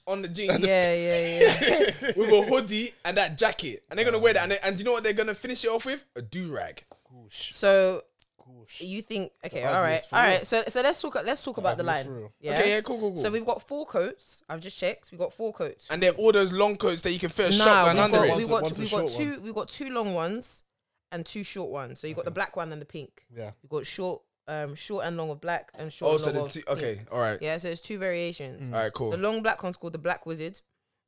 A: on the jeans,
B: Yeah, yeah, yeah.
A: with a hoodie and that jacket, and they're gonna wear that. And, they, and do you know what they're gonna finish it off with? A do rag.
B: So
C: Gosh.
B: you think okay,
C: The
B: all right,
C: ugliest for
B: all
C: real.
B: right. So so let's talk let's talk about the
C: ugliest
B: line.
C: for real.
B: Yeah.
A: Okay, yeah, cool, cool, cool.
B: So we've got four coats. I've just checked. We've got four coats.
A: and they're all those long coats that you can fit a
B: Nah,
A: shotgun
B: we've
A: under
B: got
A: it.
C: One's
B: we've
C: a-
B: got,
C: one's a
B: we've got
C: short
B: two we've got two long ones and two short ones. So you have got the black one and the pink.
C: Yeah.
B: You've got short um short and long of black and short
A: Oh,
B: and
A: so
B: long
A: there's
B: of
A: two,
B: pink.
A: okay, all right,
B: Yeah, so it's two variations.
A: all right, cool.
B: The long black one's called the Black Wizard,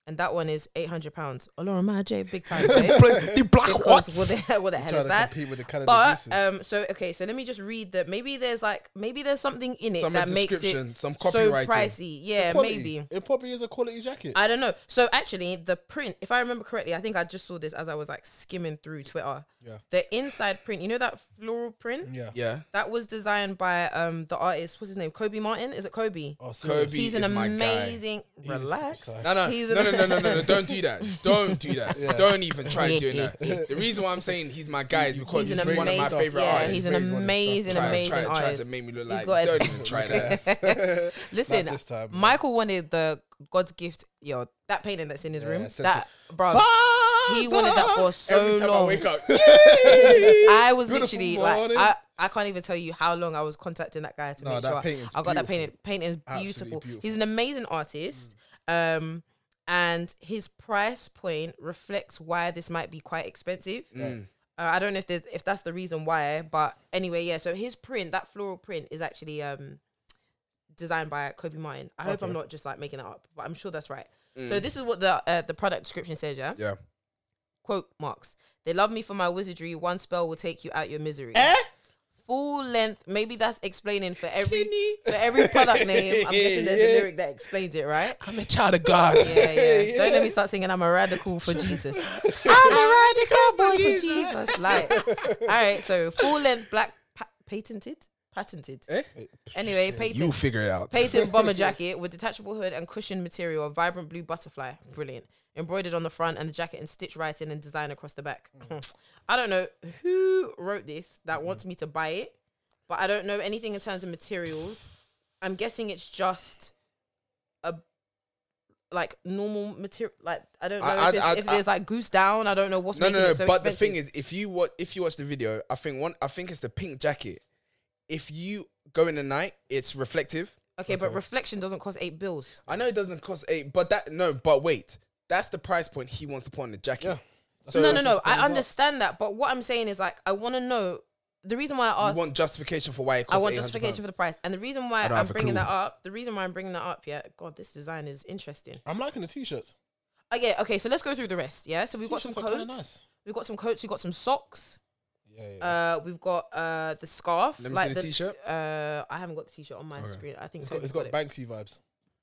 B: and that one is eight hundred pounds. Alora Maje, big time. babe.
C: the black
A: Ah,
B: Because what the hell, what the
C: Trying
B: hell
C: to
B: is that?
C: compete with the Canada
B: But
C: Gooses.
B: um, so okay, so let me just read that. Maybe there's like maybe there's something in it
A: Some
B: that makes
A: description,
B: it
A: some
B: so
A: copywriting.
B: pricey. Yeah,
C: Quality.
B: maybe.
C: it probably is a quality jacket.
B: I don't know. So actually, the print, if I remember correctly, I think I just saw this as I was like skimming through Twitter.
C: Yeah.
B: The inside print, you know that floral print,
C: yeah.
A: Yeah,
B: that was designed by um the artist. What's his name? Kobe Martin. Is it Kobe?
C: Oh,
A: Kobe.
C: serious.
B: He's an
A: is my guy.
B: amazing. Relax.
C: sorry.
A: no, no,
B: He's
A: no,
B: an-
A: no, no, no, no, no, don't do that. Don't do that. Don't even try doing that. The reason why I'm saying he's my guy is because
B: He's
A: he's,
B: an
A: one of my
B: amazing,
A: favorite
B: yeah,
A: artists.
B: he's an
C: Very good
B: amazing,
A: Try-
B: amazing
A: try, try
B: artist.
A: to make me look
B: He's
A: like.
B: got a-
A: Don't even try that.
B: Listen,
C: Not this time, man.
B: Michael wanted the God's gift, yo, that painting that's in his room.
C: it's
B: that, bro,
C: Ah,
B: he wanted that for so
A: Every time I
B: long.
A: wake up,
B: I was
C: Beautiful
B: literally
C: morning.
B: like, I, I can't even tell you how long I was contacting that guy to
C: No,
B: make
C: that
B: sure
C: painting's
B: I got that
C: beautiful.
B: painting. Painting is
C: Absolutely
B: beautiful.
C: beautiful.
B: He's an amazing artist, um, and his price point reflects why this might be quite expensive.
C: Mm.
B: Uh, I don't know if there's if that's the reason why, but anyway, yeah. So his print, that floral print, is actually um designed by Kobe Martin. I hope I'm not just like making that up, but I'm sure that's right.
C: Mm.
B: So this is what the uh, the product description says. Yeah?
A: yeah.
B: quote marks. They love me for my wizardry. One spell will take you out your misery. Full length. Maybe that's explaining for every for every product name. I'm guessing there's a
A: Yeah.
B: lyric that explains it, right?
C: I'm a child of God.
B: Yeah, yeah. Don't let me start singing. I'm a radical for Jesus. I'm a radical boy for Jesus. Like, all right. So full length black pa- patented, patented.
A: Eh?
B: Anyway, patented.
A: figure it out.
B: Patent bomber jacket with detachable hood and cushioned material, a vibrant blue butterfly. Brilliant. Embroidered on the front and the jacket in stitch writing and design across the back.
A: Mm.
B: I don't know who wrote this that wants me to buy it, but I don't know anything in terms of materials. I'm guessing it's just a like normal material. Like I don't know
A: I-
B: if,
A: I-
B: it's,
A: I-
B: if there's like goose down. I don't know what's
A: No,
B: making
A: no, no.
B: it so
A: but
B: expensive.
A: the thing is, if you watch, if you watch the video, I think one, I think it's the pink jacket. If you go in the night, it's reflective.
B: okay, but reflection doesn't cost eight bills.
A: I know it doesn't cost eight, but that no, but wait, that's the price point he wants to put on the jacket.
C: Yeah.
A: So
B: no, no, no.
C: it's
B: I
C: not.
B: understand that, but what I'm saying is like I want to know the reason why I
A: You
B: asked.
A: want justification for why it
B: I
A: costs.
B: want justification for the price, and the reason why
A: I don't
B: I'm
A: have a
B: bringing
A: clue.
B: that up. The reason why I'm bringing that up, yeah. God, this design is interesting.
C: I'm liking the t-shirts.
B: Okay, okay. So let's go through the rest. Yeah. So we've got some
C: T-shirts are kinda
B: coats. We've got some coats. We've got some socks.
C: Yeah, yeah, yeah.
B: Uh, we've got uh the scarf.
A: Let me see the, t-shirt.
B: Uh, I haven't got the t-shirt on my
A: Okay.
B: screen. I think
C: it's
B: Toby's
C: got it's got
B: it.
C: Banksy vibes.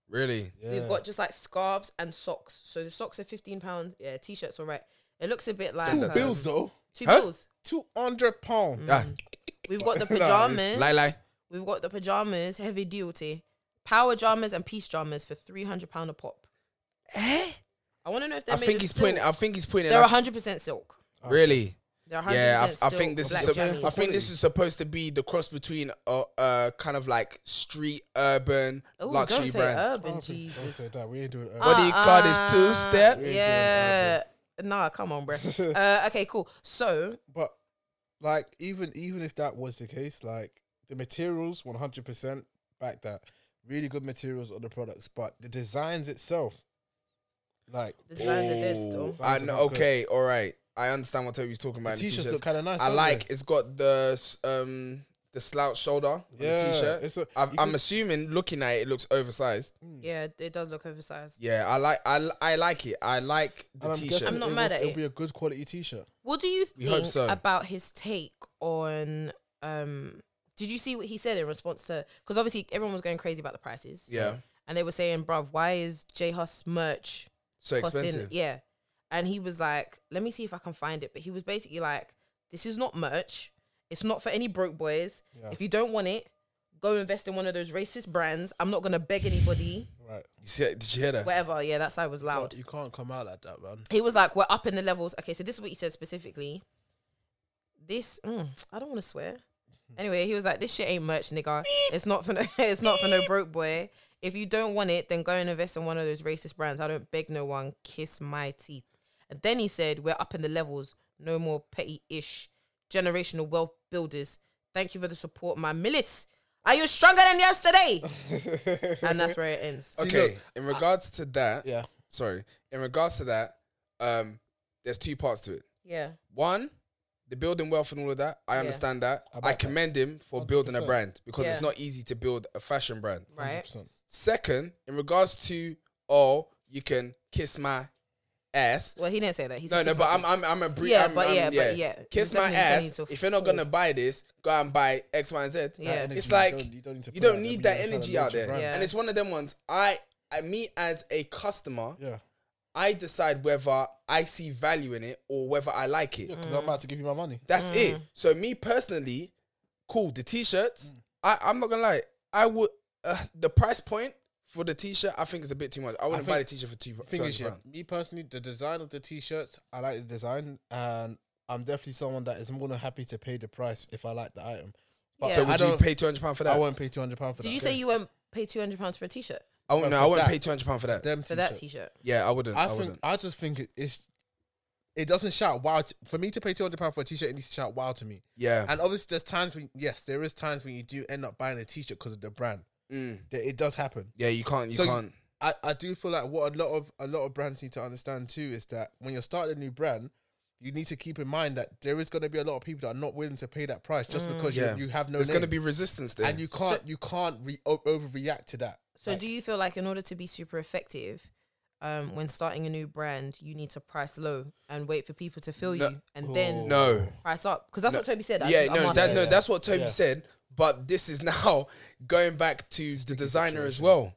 A: Really?
C: Yeah.
B: We've got just like scarves and socks. So the socks are fifteen pounds. Yeah, t-shirts all right. It looks a bit like
A: Send
C: two
A: that
B: um,
A: to
C: bills though.
B: Two
A: Huh?
B: bills.
C: Two
B: Mm.
C: hundred pound.
A: Ah,
B: We've got the
C: Nah, it's-
B: pajamas.
A: lie, lie.
B: We've got the pajamas, heavy duty, power jammers and peace jammers for three hundred pound a pop. Eh? I want to know if they're.
A: I
B: made
A: think
B: of
A: he's
B: silk.
A: putting. I think he's putting. it
B: They're
A: up-
B: hundred percent silk.
A: really?
B: They're hundred
A: Yeah,
B: percent
A: I, I
B: silk.
A: think this
B: black
A: is. sup-
B: jammies.
A: I think this is supposed to be the cross between a uh, kind of like street urban
B: Ooh,
A: luxury
B: don't say
A: brand.
B: urban,
C: Don't say- Don't
B: Jesus.
C: say that. We ain't doing it.
B: Ah.
A: Body card is two step.
C: Yeah,
B: Yeah. Uh, Nah, come on, bro. uh, okay, cool. So
C: But like, even even if that was the case, like the materials, one hundred percent back that. Really good materials on the products, but the designs itself, like
B: the designs are dead still.
A: I
C: Fans are
A: know,
C: not good.
A: okay, all right. I understand what Toby's talking about.
C: the
A: in
C: t-shirts look kind of nice.
A: I
C: don't
A: like
C: they?
A: it's got the s- um the slouch shoulder on
C: Yeah,
A: the t-shirt.
C: it's a-
A: i
C: you
A: I'm
C: can-
A: assuming looking at it, it looks oversized.
B: Yeah, it does look oversized.
A: Yeah, I like I, li- I like it. I like the
C: And I'm
A: t-shirt.
C: guessing
B: I'm not
C: it
B: mad
C: was-
B: at
C: It'll
B: it.
C: be a good quality t-shirt.
B: What do you
A: We hope
B: think
A: so.
B: about his take on? um Did you see what he said in response to? Because obviously everyone was going crazy about the prices.
A: yeah,
B: and they were saying, "Bruv, why is J Hus merch
A: so
B: costing?"
A: expensive.
B: Yeah, and he was like, "Let me see if I can find it." But he was basically like, "This is not merch. It's not for any broke boys.
C: Yeah.
B: If you don't want it." Go invest in one of those racist brands. I'm not gonna beg anybody.
C: Right.
A: You see, did you hear that?
B: Whatever. Yeah, that side was loud.
C: You can't come out like that, man.
B: he was like, "We're up in the levels." Okay, so this is what he said specifically. This mm, I don't want to swear. Anyway, he was like, "This shit ain't merch, nigga. It's not for no. It's not for no broke boy. If you don't want it, then go and invest in one of those racist brands. I don't beg no one. Kiss my teeth." And then he said, "We're up in the levels. No more petty ish. Generational wealth builders. Thank you for the support, my millets. Are you stronger than yesterday?" and that's where it ends.
C: See,
A: Okay,
C: look,
A: in regards to that,
C: Yeah.
A: sorry. In regards to that, um, there's two parts to it.
B: Yeah.
A: One, the building wealth and all of that. I
B: Yeah.
A: understand that.
C: I back
A: I
C: that.
A: commend him for building a
C: 100%.
A: brand because it's
B: Yeah.
A: not easy to build a fashion brand.
B: Right.
C: 100%.
A: Second, in regards to oh, you can kiss my ass.
B: Well, he didn't say that. He said
A: No, no,
B: kiss
A: but
B: my
A: I'm, I'm, I'm a brief.
B: Yeah,
A: I'm,
B: but
A: I'm-
B: yeah, but yeah.
A: Kiss
B: You're
A: my
B: definitely turning
A: ass.
B: into
A: If you're not gonna buy this, go and buy X, Y, and Z.
B: Yeah.
C: That energy,
A: It's like,
C: don't need, to
A: You
C: put out
A: don't
C: there
A: need
C: when
A: that
C: you're trying to
A: energy out
C: launch a
A: there,
C: brand.
B: Yeah.
A: and it's one of them ones. I, I, me as a customer,
C: Yeah.
A: I decide whether I see value in it or whether I like it.
C: Yeah, because I'm about to give you my money.
A: That's it. So me personally, cool. The
C: Mm.
A: t-shirts, I, I'm not gonna lie. I would uh, the price point for the t-shirt. I think is a bit too much. I wouldn't buy the
C: think-
A: t-shirt for two.
C: The thing is, yeah,
A: £200.
C: me personally, the design of the t-shirts, I like the design, and I'm definitely someone that is more than happy to pay the price if I like the item. But
B: Yeah.
A: So
B: I
A: would you
C: don't-
A: pay two hundred pound for that?
C: I won't pay two hundred pound for
B: Did
C: that.
B: you say you won't pay two hundred pounds for a t-shirt
A: I won't.
C: But
A: No,
C: for
A: I wouldn't
C: that-
A: pay two hundred pound for that.
C: them
B: for that
C: t-shirts.
B: t-shirt?
A: Yeah, I wouldn't. I,
C: I think
A: wouldn't.
C: I just think it, it's it doesn't shout wow t- for me to pay two hundred pound for a t-shirt. It needs to shout wow to me.
A: Yeah.
C: And obviously, there's times when yes, there is times when you do end up buying a t-shirt because of the brand.
A: Mm.
C: That it does happen.
A: Yeah, you can't. You
C: So you-
A: can't.
C: I, I do feel like what a lot of a lot of brands need to understand too is that when you're starting a new brand, you need to keep in mind that there is going to be a lot of people that are not willing to pay that price just because
A: Mm. yeah.
C: you, you have no
A: There's
C: name
A: going to be resistance there.
C: and you can't you can't re- o- overreact to that.
B: So do you feel like in order to be super effective, um, when starting a new brand, you need to price low and wait for people to feel
A: No.
B: you, and then
A: no.
B: price up? Because that's what Toby said. I
A: Yeah,
B: think I'm
A: no,
B: asking.
A: that, no, that's what Toby
C: Yeah.
A: said. But this is now going back to the designer as well.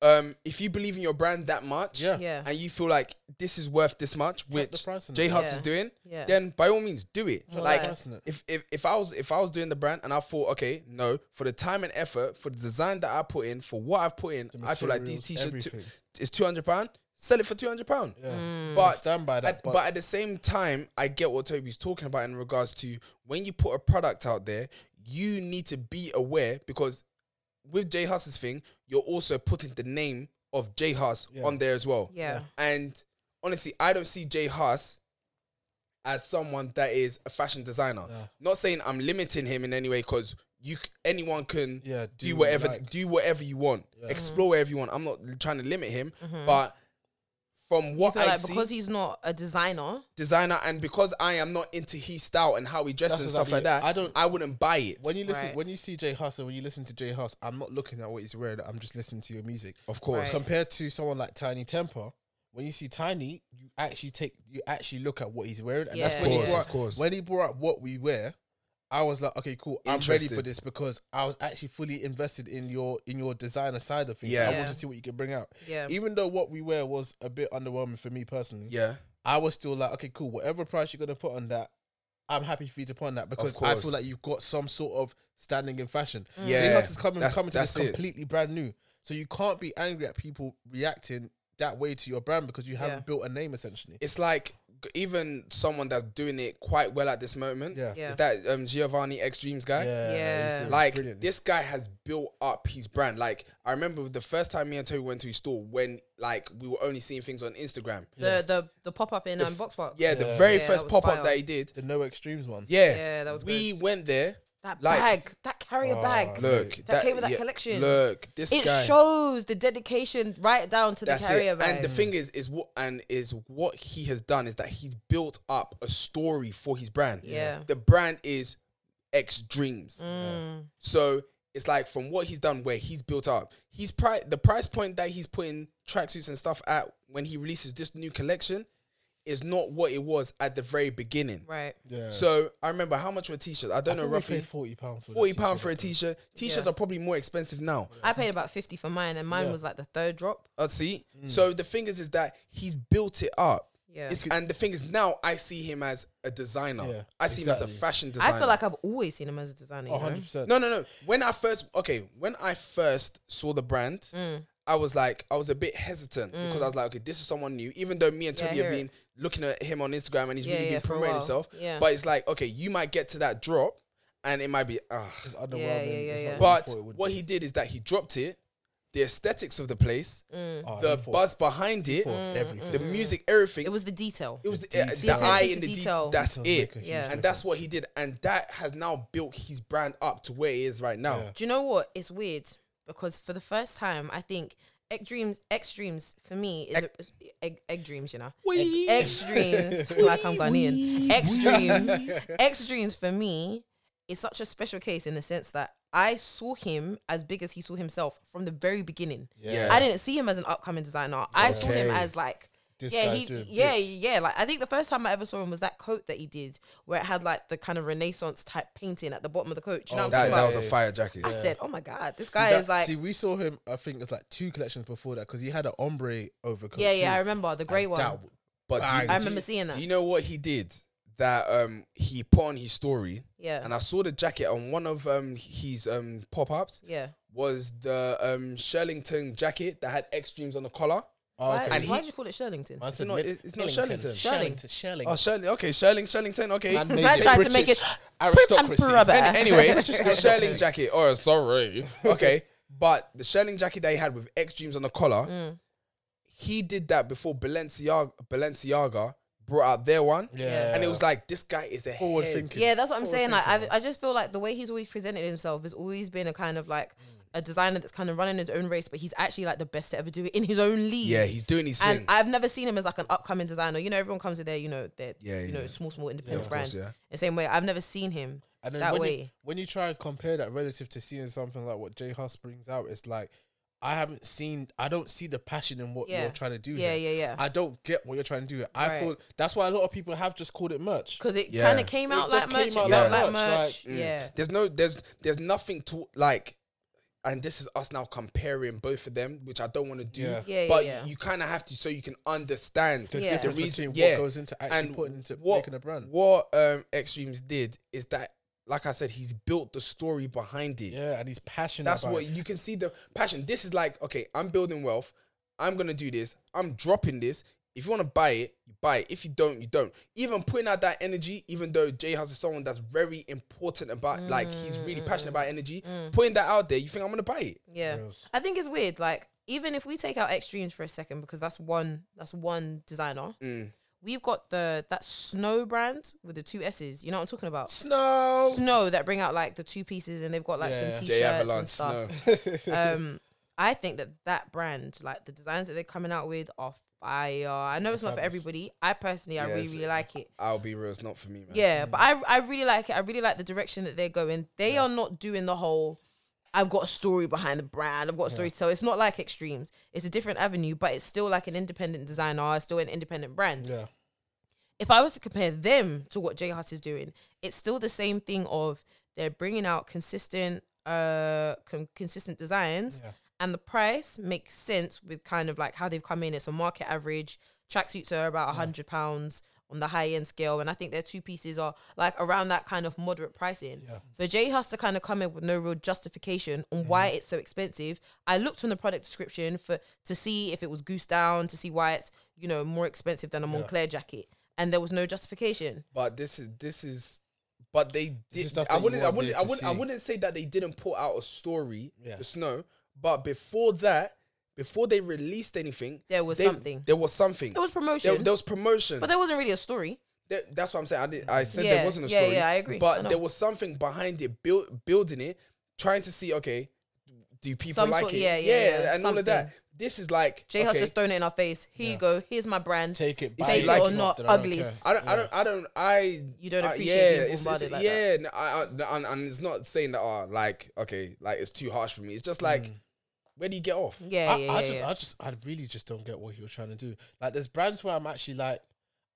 A: Um, if you believe in your brand that much,
C: Yeah.
B: Mm. Yeah.
A: and you feel like this is worth this much, which
C: price on it.
A: J Hus
B: Yeah.
A: is doing,
B: Yeah.
A: then by all means do it.
B: Drop
A: like
B: the
C: price on it.
A: if, if if I was if I was doing the brand and I thought, okay, no, for the time and effort, for the design that I put in, for what I've put in, I feel like these t-shirts
C: materials,
A: t-
C: everything.
A: is two hundred pound. Sell it for two hundred pound.
B: Mm.
A: But
C: stand by that,
A: at-
C: but-
A: but at the same time, I get what Toby's talking about in regards to when you put a product out there, you need to be aware because with Jay Huss's thing, you're also putting the name of Jay Huss
C: Yeah.
A: on there as well.
B: Yeah.
A: And honestly, I don't see Jay Huss as someone that is a fashion designer.
C: No.
A: Not saying I'm limiting him in any way because you c- anyone can
C: Yeah, do
A: do,
C: what you
A: whatever
C: like.
A: do whatever you want,
C: Yeah.
A: explore wherever you want. I'm not trying to limit him, but from what
B: So
A: I
B: Mm-hmm. like
A: see,
B: because he's not a designer,
A: designer and because I am not into his style and how he dresses
C: That's
A: and stuff
C: exactly
A: like
C: it.
A: that,
C: I don't-
A: I wouldn't buy it.
C: When you listen,
B: Right.
C: when you see Jay Huss and when you listen to Jay Huss, I'm not looking at what he's wearing. I'm just listening to your music.
A: of course,
B: Right.
C: Compared to someone like Tiny Temper, when you see Tiny, you actually take, you actually look at what he's wearing, and that's
B: Yeah.
A: of
C: when he
A: course,
C: brought,
A: of course.
C: when he brought up what we wear. I was like, okay, cool. I'm ready
A: Interested.
C: for this because I was actually fully invested in your in your designer side of things.
A: Yeah.
C: I want
B: Yeah.
C: to see what you can bring out.
B: yeah,
C: Even though what we wear was a bit underwhelming for me personally,
A: yeah,
C: I was still like, okay, cool. Whatever price you're gonna put on that, I'm happy for you to put on that because I
A: course.
C: feel like you've got some sort of standing in fashion.
A: Yeah,
C: Mm. Jay Huss is coming
A: that's-
C: coming to this
A: that's it.
C: completely brand new, so you can't be angry at people reacting that way to your brand because you haven't
B: Yeah.
C: built a name essentially.
A: it's like g- even someone that's doing it quite well at this moment.
C: Yeah.
B: Yeah.
A: is that um, Giovanni X Dreams guy?
B: Yeah.
C: he's doing
A: Like
C: brilliantly.
A: this guy has built up his brand. Like I remember the first time me and Toby went to his store when like we were only seeing things on Instagram.
B: the the the pop up in um, Box Park.
A: Yeah, the
C: Yeah.
A: very
B: Yeah,
A: first
B: that was
A: pop up
B: fire.
A: that he did.
C: the No Extremes one.
A: Yeah,
B: Yeah, that was
A: We
B: good.
A: went there.
B: that
A: like-
B: bag, that carrier
C: Oh,
B: bag.
A: Look,
B: That came with that collection.
A: Look, this
B: it
A: guy.
B: shows the dedication right down to
A: That's
B: the carrier
A: it.
B: bag.
A: And the thing is, is what and is what he has done is that he's built up a story for his brand.
B: Yeah. Mm.
A: The brand is X Dreams. So it's like from what he's done, where he's built up, he's pri- the price point that he's putting tracksuits and stuff at when he releases this new collection is not what it was at the very beginning.
B: right?
C: Yeah.
A: So I remember how much were t-shirts? I
C: I
A: don't know
C: think we
A: roughly
C: paid forty pounds for the
A: forty pound
C: t-shirt,
A: for
C: I
A: a
C: think.
A: t-shirt. T-shirts
B: Yeah.
A: are probably more expensive now.
B: I paid about fifty for mine, and mine
C: Yeah.
B: was like the third drop.
A: Uh, see,
C: Mm.
A: so the thing is, is that he's built it up.
B: Yeah.
A: It's- and the thing is, now I see him as a designer.
C: Yeah,
A: I see him as
C: exactly.
A: a fashion designer.
B: I feel like I've always seen him as a designer.
C: Oh,
B: You know?
C: 100 percent.
A: no, no, no. When I first, okay, when I first saw the brand,
B: Mm.
A: I was like, I was a bit hesitant because I was like, okay, this is someone new. Even though me and
B: Yeah, I
A: Toby
B: hear
A: have
B: it.
A: been looking at him on Instagram and he's
B: Yeah,
A: really
B: yeah,
A: been
B: for a
A: promoting
B: while.
A: himself,
B: Yeah.
A: but it's like, okay, you might get to that drop, and it might be, ah.
C: It's
B: yeah,
C: underwhelming.
B: yeah,
C: It's not
B: yeah.
C: what
A: But
C: you thought it would
A: what
C: be.
A: he did is that he dropped it, the aesthetics of the place,
B: Mm.
C: Oh,
A: the
C: he thought-
A: buzz behind it,
C: thought of everything.
A: the music, everything.
B: It was the detail.
A: It was the,
C: The
A: uh,
C: detail.
A: the eye
B: Attention
A: in
B: to
A: the detail.
B: detail.
A: That's
C: Details make
A: it.
C: a huge
B: Yeah.
A: And that's
C: difference.
A: what he did. And that has now built his brand up to where he is right now.
C: Yeah.
B: Do you know what? It's weird because for the first time, I think Egg Dreams, X Dreams for me is a, is egg, egg Dreams, you know.
A: Wee.
B: X Dreams, like I'm Ghanaian. X Dreams, X Dreams for me is such a special case in the sense that I saw him as big as he saw himself from the very beginning.
A: Yeah.
B: I didn't see him as an upcoming designer. I saw him
A: Okay.
B: as like.
C: This
B: yeah,
C: guy's
B: he,
C: doing
B: yeah,
C: bits.
B: yeah. Like I think the first time I ever saw him was that coat that he did, where it had like the kind of Renaissance type painting at the bottom of the coat. Do you know what
C: Oh,
B: I'm
A: That,
B: talking
A: that
B: about?
A: was a fire jacket.
B: I said, "Oh my god, this guy
C: That-
B: is like,
C: See, we saw him. I think it's like two collections before that because he had an ombre overcoat.
B: yeah,
C: too.
B: yeah." I remember the grey
C: And
B: one.
C: that-
A: But do you-
C: I
B: I
A: do you-
B: remember seeing that.
A: Do you know what he did? That um he put on his story,
B: yeah,
A: and I saw the jacket on one of um his um pop ups
B: yeah.
A: was the um Shirlington jacket that had X Dreams on the collar.
C: Oh,
B: Why,
C: okay.
A: And
B: why
A: he-
B: did you call it Shirlington?
C: Man said
A: not-
C: Mid-
A: it's not
C: Shellington.
B: Shellington.
C: Shellington.
A: Oh, Shirley, okay, Shirling, Shirlington, okay.
C: Man made
B: Man
C: it
B: tried to make
C: British
B: it
C: aristocracy.
B: proper.
A: An- anyway, the
C: aristocracy.
A: Sherling jacket. Oh, sorry. Okay, but the Sherling jacket that he had with X Dreams on the collar, he did that before Balenciaga, Balenciaga brought out their one,
C: Yeah.
A: and it was like this guy is a
C: forward
A: head.
C: thinking.
B: Yeah, that's what I'm saying. Like,
C: thinking,
B: I, I just feel like the way he's always presented himself has always been a kind of like a designer that's kind of running his own race, but he's actually like the best to ever do it in his own league.
A: Yeah, he's doing his
B: and
A: thing.
B: I've never seen him as like an upcoming designer. You know, everyone comes with their, you know, their,
A: Yeah,
B: you
A: yeah.
B: know, small, small independent
A: of course,
B: brands.
A: yeah.
B: The same way, I've never seen him
C: And then
B: that
C: when
B: way.
C: You, when you try and compare that relative to seeing something like what Jay Huss brings out, it's like I haven't seen. I don't see the passion in what
B: Yeah.
C: you're trying to do.
B: Yeah,
C: here.
B: yeah, yeah.
C: I don't get what you're trying to do. Here. I
B: Right.
C: thought that's why a lot of people have just called it merch.
B: because it
A: Yeah.
B: kind of came
C: It
B: out
C: just
B: like
C: came
B: merch,
C: out
B: it
A: like
B: felt like
C: merch,
B: merch.
C: like- Mm.
B: Yeah,
A: There's no, there's, there's nothing to like. And this is us now comparing both of them, which I don't want to do.
C: Yeah.
B: Yeah,
A: but
B: yeah, yeah.
A: you kind of have to, so you can understand
C: The
B: Yeah.
C: difference
A: the reason-
C: between
A: yeah.
C: what goes into actually putting into making a brand.
A: What um, Extremes did is that, like I said, he's built the story behind it.
C: Yeah, and he's passionate.
A: That's
C: about
A: what
C: it.
A: you can see the passion. This is like, okay, I'm building wealth. I'm gonna do this. I'm dropping this. If you want to buy it, you buy it. If you don't, you don't. Even putting out that energy, even though Jay House is someone that's very important about,
C: Mm.
A: like he's really passionate about energy. Putting that out there, you think I'm gonna buy it?
B: yeah.
C: Yes.
B: I think it's weird. Like even if we take out extremes for a second, because that's one that's one designer.
A: Mm.
B: We've got the that snow brand with the two S's. You know what I'm talking about?
C: Snow.
B: Snow that bring out like the two pieces, and they've got like
C: Yeah.
B: some
A: Jay
B: t-shirts
A: Avalanche,
B: and stuff.
A: no.
B: um, I think that that brand, like the designs that they're coming out with, are fire. I know it's not for
C: fabulous.
B: everybody. I personally, I
A: Yeah,
B: really,
A: it's-
B: really like it.
A: I'll be real, it's not for me, man.
B: Yeah, but I, I really like it. I really like the direction that they're going. They are not doing the whole. I've got a story behind the brand. I've got a story to tell. It's not like extremes. It's a different avenue, but it's still like an independent designer. It's still an independent brand
C: Yeah.
B: if I was to compare them to what J Hut is doing, it's still the same thing of they're bringing out consistent, uh, con- consistent designs,
C: Yeah.
B: and the price makes sense with kind of like how they've come in. It's a market average. Tracksuits are about a hundred pounds on the high end scale, and I think their two pieces are like around that kind of moderate pricing.
C: Yeah.
B: For J Hus to kind of come in with no real justification on
C: Mm-hmm.
B: why it's so expensive, I looked on the product description for to see if it was goose down, to see why it's you know more expensive than a Montclair jacket, and there was no justification.
A: But this is this is but they
C: is
A: did
C: stuff
A: I
C: that you
A: wouldn't I
C: want
A: wouldn't
C: there
A: I
C: to
A: wouldn't I
C: see.
A: wouldn't say that they didn't put out a story,
C: Yeah.
A: the snow, but before that, before they released anything,
B: There was
A: they-
B: something.
A: There was something.
B: There was promotion,
A: There, there was promotion.
B: but there wasn't really a story.
A: Th- that's what I'm saying. I, did, I said
B: Yeah,
A: there wasn't a
B: yeah,
A: story.
B: yeah, I agree. I
A: But
B: know.
A: there was something behind it, build, building it, trying to see, okay, do people
B: Some
A: like
B: sort-
A: it?
B: yeah, yeah, yeah,
A: and all of that.
B: something.
A: This is like
B: J Hus
A: okay,
B: just thrown it in our face. Here you
C: Yeah.
B: go. Here's my brand.
C: Take it. buy
A: Take it or
C: if you
B: not,
C: want, then I don't
B: uglies.
C: care.
A: I don't, I don't, I don't, I.
B: You don't
A: I-
B: appreciate being bombarded like
A: yeah, no, I, I, no, and, and it's not saying that, oh, like, okay, like it's too harsh for me. It's
C: Hmm.
A: just like, where do you get off?
B: yeah,
C: I,
B: yeah,
C: I
B: yeah,
C: just,
B: yeah.
C: I just, I really just don't get what you're trying to do. Like, there's brands where I'm actually like,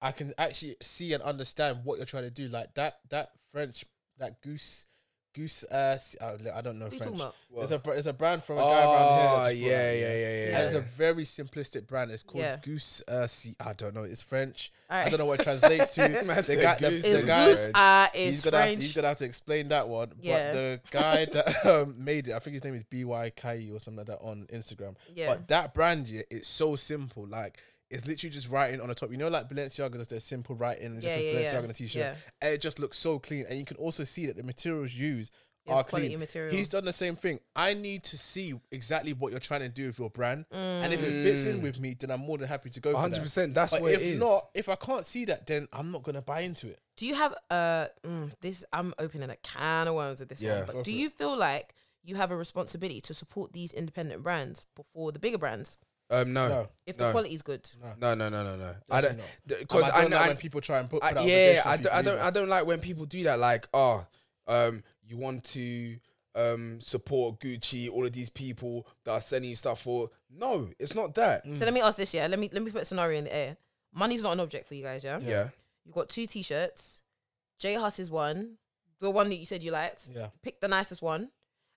C: I can actually see and understand what you're trying to do. Like that, that French, that goose, goose. Uh, s- I don't- I don't know
B: What are you
C: French.
B: talking about?
C: There's a, br- there's a brand from a
A: Oh,
C: guy around here. that just brought
A: yeah,
C: it,
A: yeah, yeah, yeah,
C: And It's
A: yeah.
C: a very simplistic brand. It's called
B: Yeah.
C: Goose. Uh, C- I don't know. It's French. I
B: Alright.
C: don't know what it translates to.
A: Man
C: the
A: said
C: guy, the,
A: goose
C: the
B: It's
A: and
C: guy,
B: goose.
A: French.
B: Ah,
C: he's
B: it's
C: gonna have to, he's
B: French.
C: gonna have to explain that one.
B: Yeah.
C: But the guy that um, made it, I think his name is By Kai or something like that on Instagram.
B: Yeah.
C: But that brand, yeah, it's so simple. Like it's literally just writing on the top. You know, like Balenciaga does their simple writing and just
B: Yeah,
C: a
B: yeah,
C: Balenciaga
B: yeah.
C: on a t-shirt.
B: Yeah.
C: And it just looks so clean, and you can also see that the materials used.
B: It's
C: are
B: quality
C: clean.
B: material.
C: He's done the same thing. I need to see exactly what you're trying to do with your brand, and if it fits in
B: Mm.
C: with me, then I'm more than happy to go. for that.
A: 100%, that's
C: But
A: what
C: if
A: it is.
C: not, if I can't see that, then I'm not gonna buy into it.
B: Do you have uh mm, this? I'm opening a can of worms with this
A: Yeah.
B: one,
C: Go
B: but do
C: for
B: you feel like you have a responsibility to support these independent brands before the bigger brands
A: Um, no,
C: No.
A: no,
B: if the
A: No.
B: quality is good?
A: no, no, no, no. I don't
C: Definitely
A: because
C: And I
A: I,
C: don't
A: know
C: like
A: I-
C: when people try and put,
A: I-
C: put out
A: yeah,
C: obligations
A: I
C: on
A: don't, I
C: people
A: don't, I don't like when people do that. Like, oh, um, you want to um support Gucci, all of these people that are sending you stuff for. No, it's not that.
C: Mm,
B: So let me ask this, yeah. Let me let me put a scenario in the air. Money's not an object for you guys, yeah.
A: Yeah,
B: You've got two t-shirts. J Hus is one, the one that you said you liked.
C: Yeah.
B: Pick the nicest one,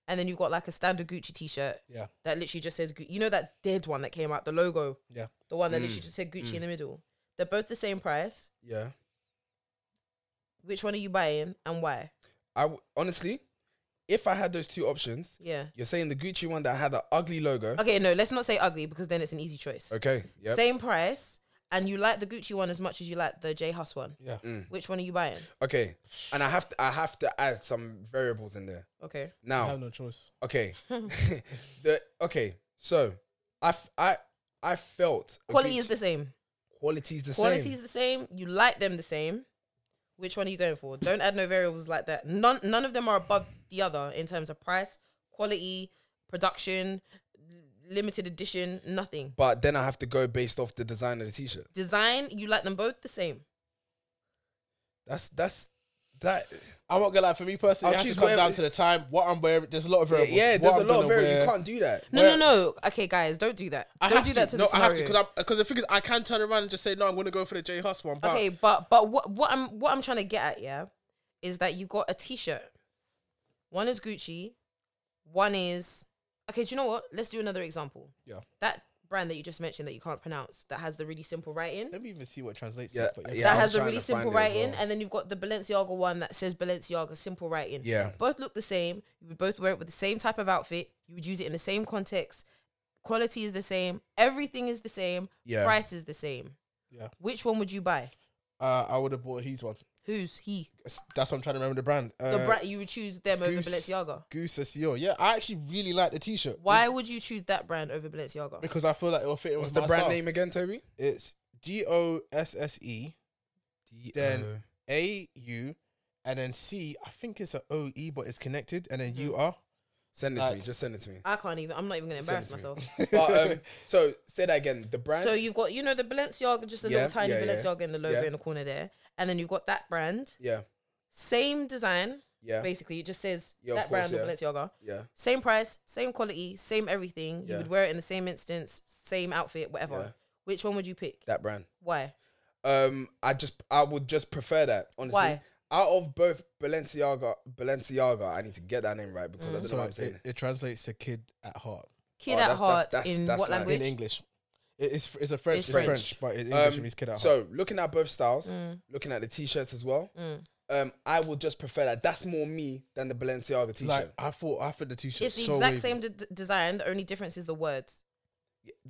B: and then you've got like a standard Gucci t-shirt
C: either. yeah,
B: that literally just says Gucci. You know that dead one that came out, the logo,
C: yeah,
B: the
A: Mm.
B: one that literally just said Gucci in the middle. They're both the same price.
A: yeah.
B: Which one are you buying and why?
A: I w- honestly, if I had those two options,
B: Yeah.
A: you're saying the Gucci one that had an ugly logo.
B: Okay, no, let's not say ugly because then it's an easy choice.
A: Okay, yeah.
B: Same price, and you like the Gucci one as much as you like the J Hus one.
C: yeah.
B: Which one are you buying?
A: Okay, and I have to, I have to add some variables in there
B: Okay.
C: I
A: now.
C: have no choice.
A: Okay, the okay. So I, f- I, I felt a
B: Quality is
A: Gucci-
B: the same.
A: quality's the
B: Quality
A: same.
B: is the same. You like them the same. Which one are you going for? Don't add no variables like that. None none of them are above the other in terms of price, quality, production, l- limited edition, nothing.
A: but then I have to go based off the design of the t-shirt.
B: Design, you like them both the same.
A: That's that's that.
C: I'm not gonna lie. For me personally,
A: I'll
C: it has
A: choose
C: to come
A: whatever-
C: down to the time. What I'm wearing, there's a lot of
A: Oh, Yeah,
C: variables.
A: yeah
C: What
A: there's a
C: I'm
A: lot of
C: gonna
A: variables. You
C: wear.
A: can't do that.
B: No, no,
C: Where-
B: no. Okay, guys, don't do that.
C: I
B: don't
C: have
B: do that to,
C: no,
B: the
C: I have to
B: scenario.
C: because because the thing is, I can turn around and just say no. I'm gonna go for the J Hus one. But
B: okay, but but what what I'm what I'm trying to get at, yeah, is that you got a t-shirt. One is Gucci, one is okay. Do you know what? Let's do another example.
C: Yeah.
B: that brand that you just mentioned that you can't pronounce that has the really simple writing.
C: let me even see what it translates
A: Yeah,
C: to. But
A: yeah.
B: that
A: I'm
B: has the
A: trying
B: really
A: to find
B: simple
A: it as
B: writing,
A: well.
B: and then you've got the Balenciaga one that says Balenciaga, simple writing.
A: Yeah.
B: Both look the same. You would both wear it with the same type of outfit. You would use it in the same context. Quality is the same. Everything is the same.
A: Yeah.
B: Price is the same.
C: Yeah.
B: Which one would you buy?
C: Uh, I would have bought his one.
B: Who's he?
C: That's that's what I'm trying to remember the brand. Uh,
B: the brand you would choose them over
C: Goose-
B: Balenciaga.
C: Goose Sio. Yeah, I actually really like the t-shirt.
B: Why would you choose that brand over Balenciaga?
C: Because I feel like it'll fit. in
A: What's
C: with
A: the
C: my
A: brand
C: style.
A: name again, Toby?
C: It's G O S S E Then- A U, and then C. I think it's a O E, but it's connected, and then U R.
A: send it to
C: Like-
A: me. Just send it to me.
B: I can't even. I'm not even going to
A: Send
B: embarrass
A: it to me.
B: myself.
A: But um, so say that again. The brand.
B: So you've got you know the Balenciaga, just a
A: Yeah,
B: little tiny
A: yeah, yeah.
B: Balenciaga in the logo
A: Yeah.
B: in the corner there, and then you've got that brand,
A: yeah,
B: same design.
A: yeah,
B: Basically, it just says
A: Yeah, of
B: that brand
A: course,
B: or Balenciaga,
A: yeah,
B: same price, same quality, same everything.
A: Yeah.
B: You would wear it in the same instance, same outfit, whatever.
A: Yeah.
B: Which one would you pick?
A: that brand.
B: Why?
A: Um, I just I would just prefer that honestly.
B: Why?
A: Out of both Balenciaga, Balenciaga, I need to get that name right because I don't know
C: So
A: what I'm
C: it,
A: saying.
C: Mm. it translates to kid at heart
A: Oh,
B: Kid at
A: that's- that's-
B: heart
A: that's-
B: in
A: that's
B: what
A: nice.
B: language?
C: in English. It- It's it's a French,
B: It's
C: it's French,
B: French.
C: but in English
A: Um,
C: it means kid at heart.
A: so looking at both styles,
B: Mm,
A: looking at the t-shirts as well,
B: mm.
A: um, I would just prefer that. That's more me than the Balenciaga t-shirt.
C: like I thought, I thought the t-shirt.
B: It's the exact same d- d- design. The only difference is the words.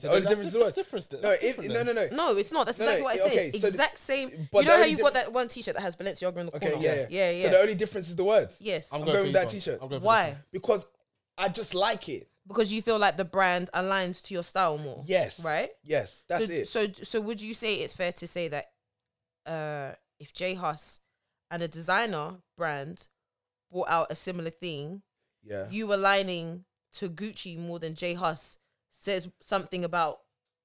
A: Oh, the difference is the word.
C: That's different.
A: no, if, no, no, no.
B: No, it's not. That's
A: No,
B: exactly
A: no,
B: what I said.
A: okay, so the-
B: exact same.
A: but
B: you
A: the
B: know how
A: only
B: you've got that one T-shirt that has Balenciaga in the
A: Okay,
B: corner.
A: yeah, yeah,
B: yeah, yeah.
A: So the only difference is the words
B: yes.
A: I'm going with that t-shirt.
B: Why?
A: because I just like it.
B: Because you feel like the brand aligns to your style more.
A: Yes,
B: Right.
A: Yes, that's
B: so,
A: it.
B: So, so would you say it's fair to say that uh, if J Huss and a designer brand brought out a similar thing,
A: Yeah,
B: you aligning to Gucci more than J Huss says something about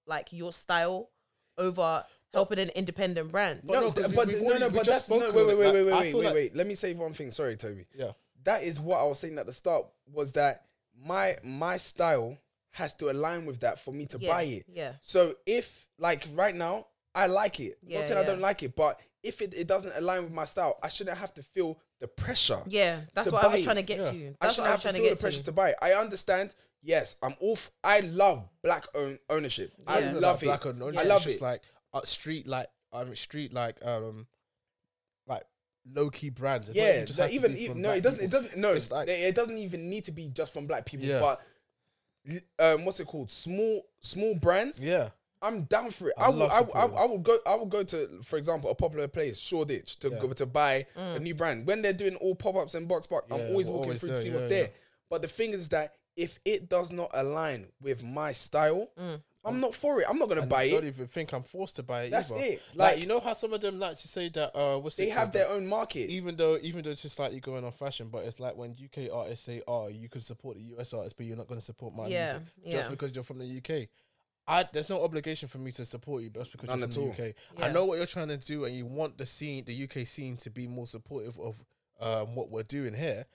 B: like your style over helping an independent brand.
A: No,
C: no,
A: th-
C: 'cause
A: but
C: we- we've
A: no,
C: already-
A: no,
C: we
A: but
C: just
A: that's no. Wait,
C: spoke on
A: wait,
C: it.
A: wait,
C: Like,
A: wait,
C: I
A: wait,
C: feel
A: wait,
C: like-
A: wait. Let me say one thing. Sorry, Toby.
C: Yeah,
A: That is what I was saying at the start. Was that my my style has to align with that for me to
B: yeah,
A: buy it.
B: Yeah.
A: So if like right now, I like it. I'm
B: Yeah,
A: not saying I
B: yeah.
A: don't like it, but if it, it doesn't align with my style, I shouldn't have to feel the pressure.
B: Yeah, that's
A: to
B: what I was
A: buy
B: trying to
A: it.
B: get
C: Yeah.
B: to.
A: I
B: That's what
A: shouldn't
B: I
A: have
B: was
A: to
B: trying to
A: feel the
B: get
A: pressure
B: to.
A: to. buy it. I understand. Yes, I'm off. I love black own ownership. I
B: Yeah.
A: love it.
C: Black on orange,
A: I
C: it's
A: love
C: just
A: it.
C: Like uh, street, like um, street, like um, like low key brands. It's not
A: yeah,
C: just
A: no,
C: has to
A: even,
C: be
A: even
C: from
A: no,
C: black
A: it doesn't.
C: people.
A: It doesn't. No,
C: It's like-
A: it it doesn't even need to be just from black people.
C: Yeah.
A: But um, what's it called? Small small brands.
C: Yeah,
A: I'm down for it. I,
C: I
A: will.
C: love
A: I, will- I, will-
C: supporting.
A: I will go. I will go to, for example, a popular place, Shoreditch, to
C: Yeah.
A: go to buy a new brand. When they're doing all pop ups and box box,
C: Yeah,
A: I'm always
C: we're
A: walking
C: always
A: through to
C: there,
A: see what's
C: yeah,
A: there.
C: yeah.
A: But the thing is that if it does not align with my style, I'm not for it. I'm not gonna
C: and
A: buy
C: I don't
A: it.
C: even think I'm forced to buy it.
A: That's
C: either.
A: it.
C: Like,
A: Like-
C: you know how some of them like to say that uh, what's
A: They
C: it
A: have
C: called,
A: their
C: that-
A: own market.
C: Even though, even though it's just slightly going on fashion, but it's like when UK artists say, "Oh, you can support the US artists, but you're not going to support my
B: Yeah,
C: music just
B: yeah.
C: because you're from the UK." I, there's no obligation for me to support you just because
A: None
C: you're
A: at
C: from
A: all.
C: the UK.
B: Yeah.
C: I know what you're trying to do, and you want the scene, the UK scene, to be more supportive of um, what we're doing here.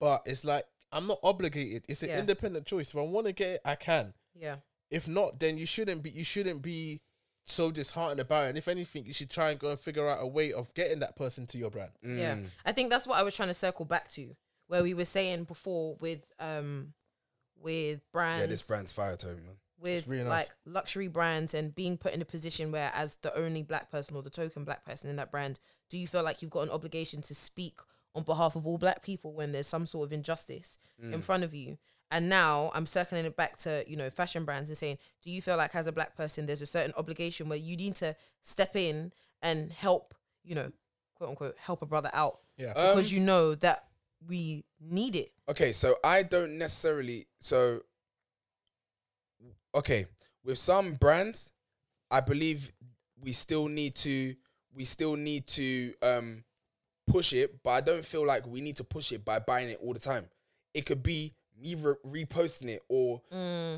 C: But it's like I'm not obligated. It's an
B: Yeah.
C: independent choice. If I want to get it, I can
B: Yeah.
C: if not, then you shouldn't be you shouldn't be so disheartened about it. And if anything, you should try and go and figure out a way of getting that person to your brand.
A: Mm.
B: Yeah. I think that's what I was trying to circle back to, where we were saying before with um with brands
A: brand's fire, Toby. Man.
B: with
C: really
B: like
C: nice.
B: luxury brands and being put in a position where as the only black person or the token black person in that brand, do you feel like you've got an obligation to speak on behalf of all black people when there's some sort of injustice
A: Mm.
B: in front of you? And now I'm circling it back to, you know, fashion brands and saying, do you feel like as a black person there's a certain obligation where you need to step in and help, you know, quote unquote, help a brother out
C: Yeah.
A: Um,
B: because you know that we need it.
A: Okay, so I don't necessarily so okay, with some brands, I believe we still need to we still need to um push it, but I don't feel like we need to push it by buying it all the time. It could be me re- reposting it or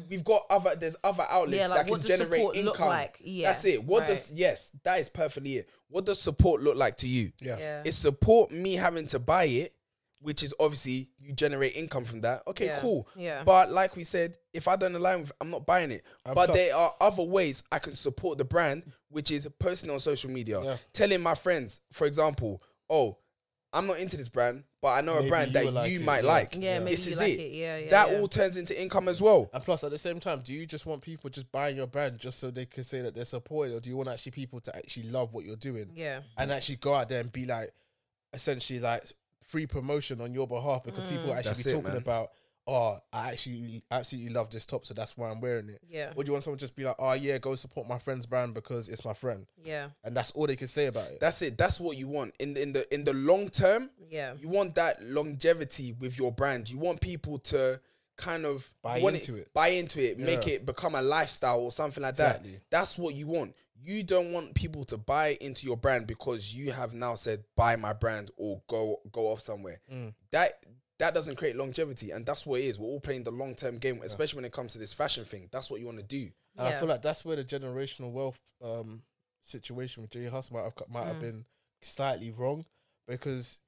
A: we've got other there's other outlets
B: Yeah, like,
A: Mm. that
B: what
A: can
B: does
A: generate
B: support
A: income.
B: look like? Yeah,
A: That's it. What
B: right.
A: does yes, that is perfectly it. What does support look like to you?
C: Yeah.
B: Yeah.
A: It's support me having to buy it, which is obviously you generate income from that. Okay,
B: Yeah,
A: cool.
B: yeah.
A: But like we said, if I don't align with, I'm not buying it.
C: And
A: but
C: plus-
A: there are other ways I can support the brand, which is posting on social media,
C: Yeah.
A: telling my friends, for example, oh, I'm not into this brand, but I know a
C: Maybe
A: brand
C: you
A: that
C: will like
A: you
C: it,
A: might
C: yeah.
A: like.
B: Yeah, maybe
A: this
B: you
A: is
B: like
A: it.
B: it, yeah, yeah,
A: that
B: yeah.
A: all turns into income as well.
C: And plus, at the same time, do you just want people just buying your brand just so they can say that they're supported, or do you want actually people to actually love what you're doing
B: yeah.
C: and actually go out there and be like, essentially like free promotion on your behalf because people will actually
A: Mm. That's
C: be
A: it,
C: talking
A: man.
C: about, oh, I actually absolutely love this top, so that's why I'm wearing it.
B: Yeah.
C: Or do you want someone to just be like, oh yeah, go support my friend's brand because it's my friend,
B: Yeah.
C: and that's all they can say about it.
A: That's it. That's what you want in the, in the in the long term.
B: Yeah.
A: You want that longevity with your brand. You want people to kind of
C: Buy
A: want
C: into it.
A: buy into it, make
C: Yeah.
A: it become a lifestyle or something like
C: Exactly.
A: that. That's what you want. You don't want people to buy into your brand because you have now said buy my brand or go go off somewhere. That that doesn't create longevity, and that's what it is. We're all playing the long term game, especially when it comes to this fashion thing. That's what you want to do.
C: And I
B: Yeah.
C: feel like that's where the generational wealth um, situation with Jay Huss might have co- might
B: Mm.
C: have been slightly wrong because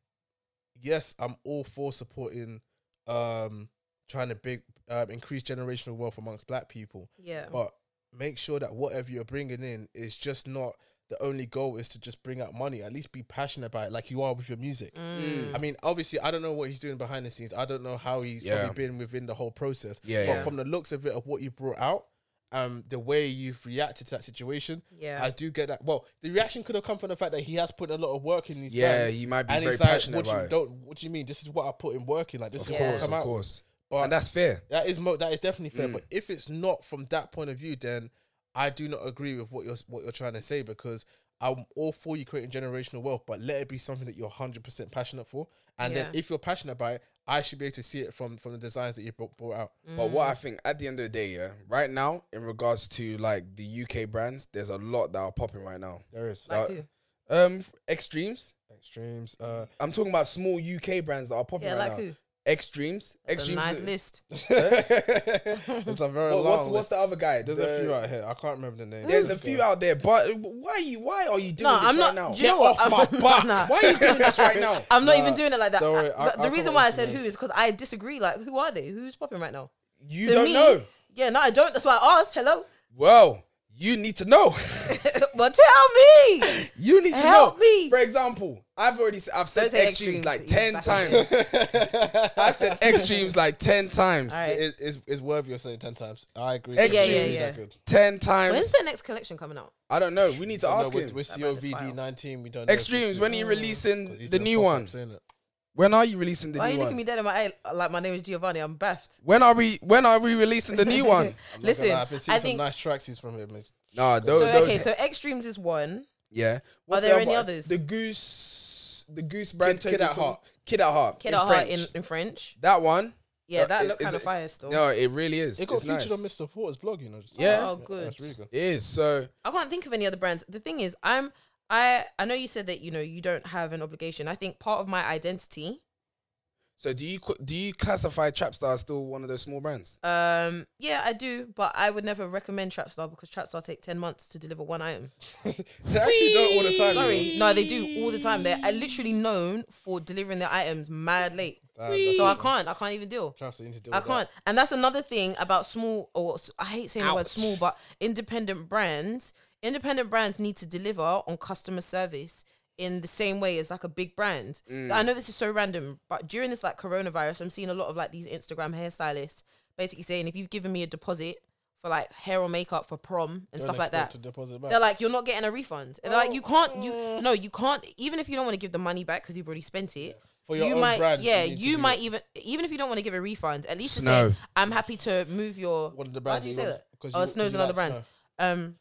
C: yes, I'm all for supporting um, trying to big um, increase generational wealth amongst Black people,
B: Yeah.
C: but make sure that whatever you're bringing in is just not the only goal is to just bring out money. At least be passionate about it, like you are with your music.
B: Mm.
A: Mm.
C: I mean, obviously, I don't know what he's doing behind the scenes. I don't know how he's
A: Yeah.
C: probably been within the whole process.
A: Yeah,
C: but
B: yeah.
C: from the looks of it, of what you brought out, um, the way you've reacted to that situation,
B: Yeah.
C: I do get that. Well, the reaction could have come from the fact that he has put a lot of work in these.
A: Yeah,
C: plans,
A: he might be
C: and
A: very
C: it's like,
A: passionate
C: what do you,
A: about it.
C: Don't. What do you mean? This is what I put in work in. Like this is what
B: course,
C: I come
B: of
C: out. with.
A: but and that's fair.
C: That is mo- that is definitely fair. But if it's not from that point of view, then I do not agree with what you're what you're trying to say because I'm all for you creating generational wealth, but let it be something that you're hundred percent passionate for. And then
B: Yeah.
C: if you're passionate about it, I should be able to see it from from the designs that you brought, brought out.
A: But what I
B: Mm.
A: think at the end of the day, yeah, right now in regards to like the UK brands, there's a lot that are popping right now.
C: There is
B: Like
A: Uh,
B: who?
A: Um, Extremes.
C: extremes. Uh,
A: I'm talking about small UK brands that are popping
B: Yeah,
A: right
B: like
A: now.
B: who?
A: Extremes.
B: That's a
A: Extremes.
B: nice
A: is-
B: list.
C: it's a very
A: What-
C: long.
A: what's, what's
C: list.
A: the other guy?
C: There's
A: The-
C: a few out here. I can't remember the name.
A: There's a few out there, but why are you? Why are you doing
B: No,
A: this
B: I'm
A: right
B: not.
A: now?
B: Do you know
C: Get
B: what?
C: off my
B: I'm-
C: back.
B: nah.
A: Why are you doing this right now?
B: I'm not
C: Nah,
B: even doing it like that.
C: don't worry,
B: I-
C: I-
B: the-
C: I
B: the
C: can't
B: reason
C: wait
B: why I
C: to
B: said
C: see
B: who
C: this.
B: is because I disagree. Like, who are they? Who's popping right now?
A: You
B: To
A: don't
B: me-
A: know.
B: Yeah, no, I don't. That's why I asked. Hello,
A: Well, you need to know.
B: but tell me.
A: You need to
B: Help
A: know.
B: me.
A: For example, I've already s- I've said
B: Don't say
A: extremes
B: extremes,
A: like
B: you
A: ten
B: back
A: times. I've said extremes like ten times.
B: All right.
C: It, it's, it's worthy of saying ten times. I agree.
A: Yeah,
B: yeah,
C: It's
B: yeah.
C: that good.
A: Ten times.
B: When's the next collection coming out?
A: I don't know. We need to
C: No,
A: ask
C: we're,
A: him.
C: we're
B: man is
C: COVD
B: wild.
C: nineteen. We don't. know if
A: Extremes.
C: it's-
A: When are you releasing
C: He's
A: the
C: gonna
A: new
C: pop up
A: one?
C: saying it.
A: When are you releasing the
B: Why are you
A: new
B: looking
A: one?
B: me dead in my eye uh, like my name is Giovanni? I'm baffed.
A: when are we? When are we releasing the new one?
C: I'm not gonna
B: Listen,
C: lie, I've been seeing
B: I
C: some
B: think.
C: nice tracks from him. It's-
A: Nah, those.
B: so
A: those
B: okay, so extremes is one.
A: yeah.
B: Are
A: the
B: there
A: other
B: any
A: one?
B: others?
A: The goose. The goose brand.
C: Kid-
A: Kid,
C: Kid at
A: at heart.
C: Heart.
A: Kid at heart.
B: Kid
A: in
B: at Heart
A: French.
B: in, Oh. in French.
A: That one.
B: Yeah,
A: Uh,
B: that
A: it-
B: looked
A: is
B: kind of
A: it-
B: fire still.
A: No, it really is.
C: It got
A: it's nice.
C: featured on Mr. Porter's blog, you know. just-
A: Yeah.
B: Oh, good.
C: That's really good.
A: It is. So
B: I can't think of any other brands. The thing is, I'm I I know you said that you know you don't have an obligation. I think part of my identity,
A: So do you qu- do you classify Trapstar as still one of those small brands?
B: um, yeah, I do, but I would never recommend Trapstar because Trapstar take ten months to deliver one item.
C: They actually do it all the time.
B: Sorry, no, they do all the time. They're uh, literally known for delivering their items mad late, so I can't. I can't even deal.
C: Traps, you need to deal
B: I
C: with that.
B: can't. And that's another thing about small, or s- I hate saying the word small, but independent brands. Independent brands need to deliver on customer service in the same way as like a big brand.
C: Mm.
B: I know this is so random, but during this like coronavirus, I'm seeing a lot of like these Instagram hairstylists basically saying, if you've given me a deposit for like hair or makeup for prom and stuff
C: Don't
B: like
C: expect
B: that,
C: To deposit back.
B: they're like, you're not getting a refund. And they're like, you can't, you no, you can't. Even if you don't want to give the money back because you've already spent it,
C: For your
B: you
C: own
B: might,
C: brand, you
B: yeah,
C: need to
B: you
C: do
B: might even, even if you don't want to give a refund, at least to
A: Snow.
B: say, I'm happy to move your.
C: One of the
B: Why
C: brands
B: do you
C: that
B: say
C: you
B: that?
C: want- 'cause
B: Oh,
C: you-
B: Snow's
C: you
B: another
C: like
B: brand. Um,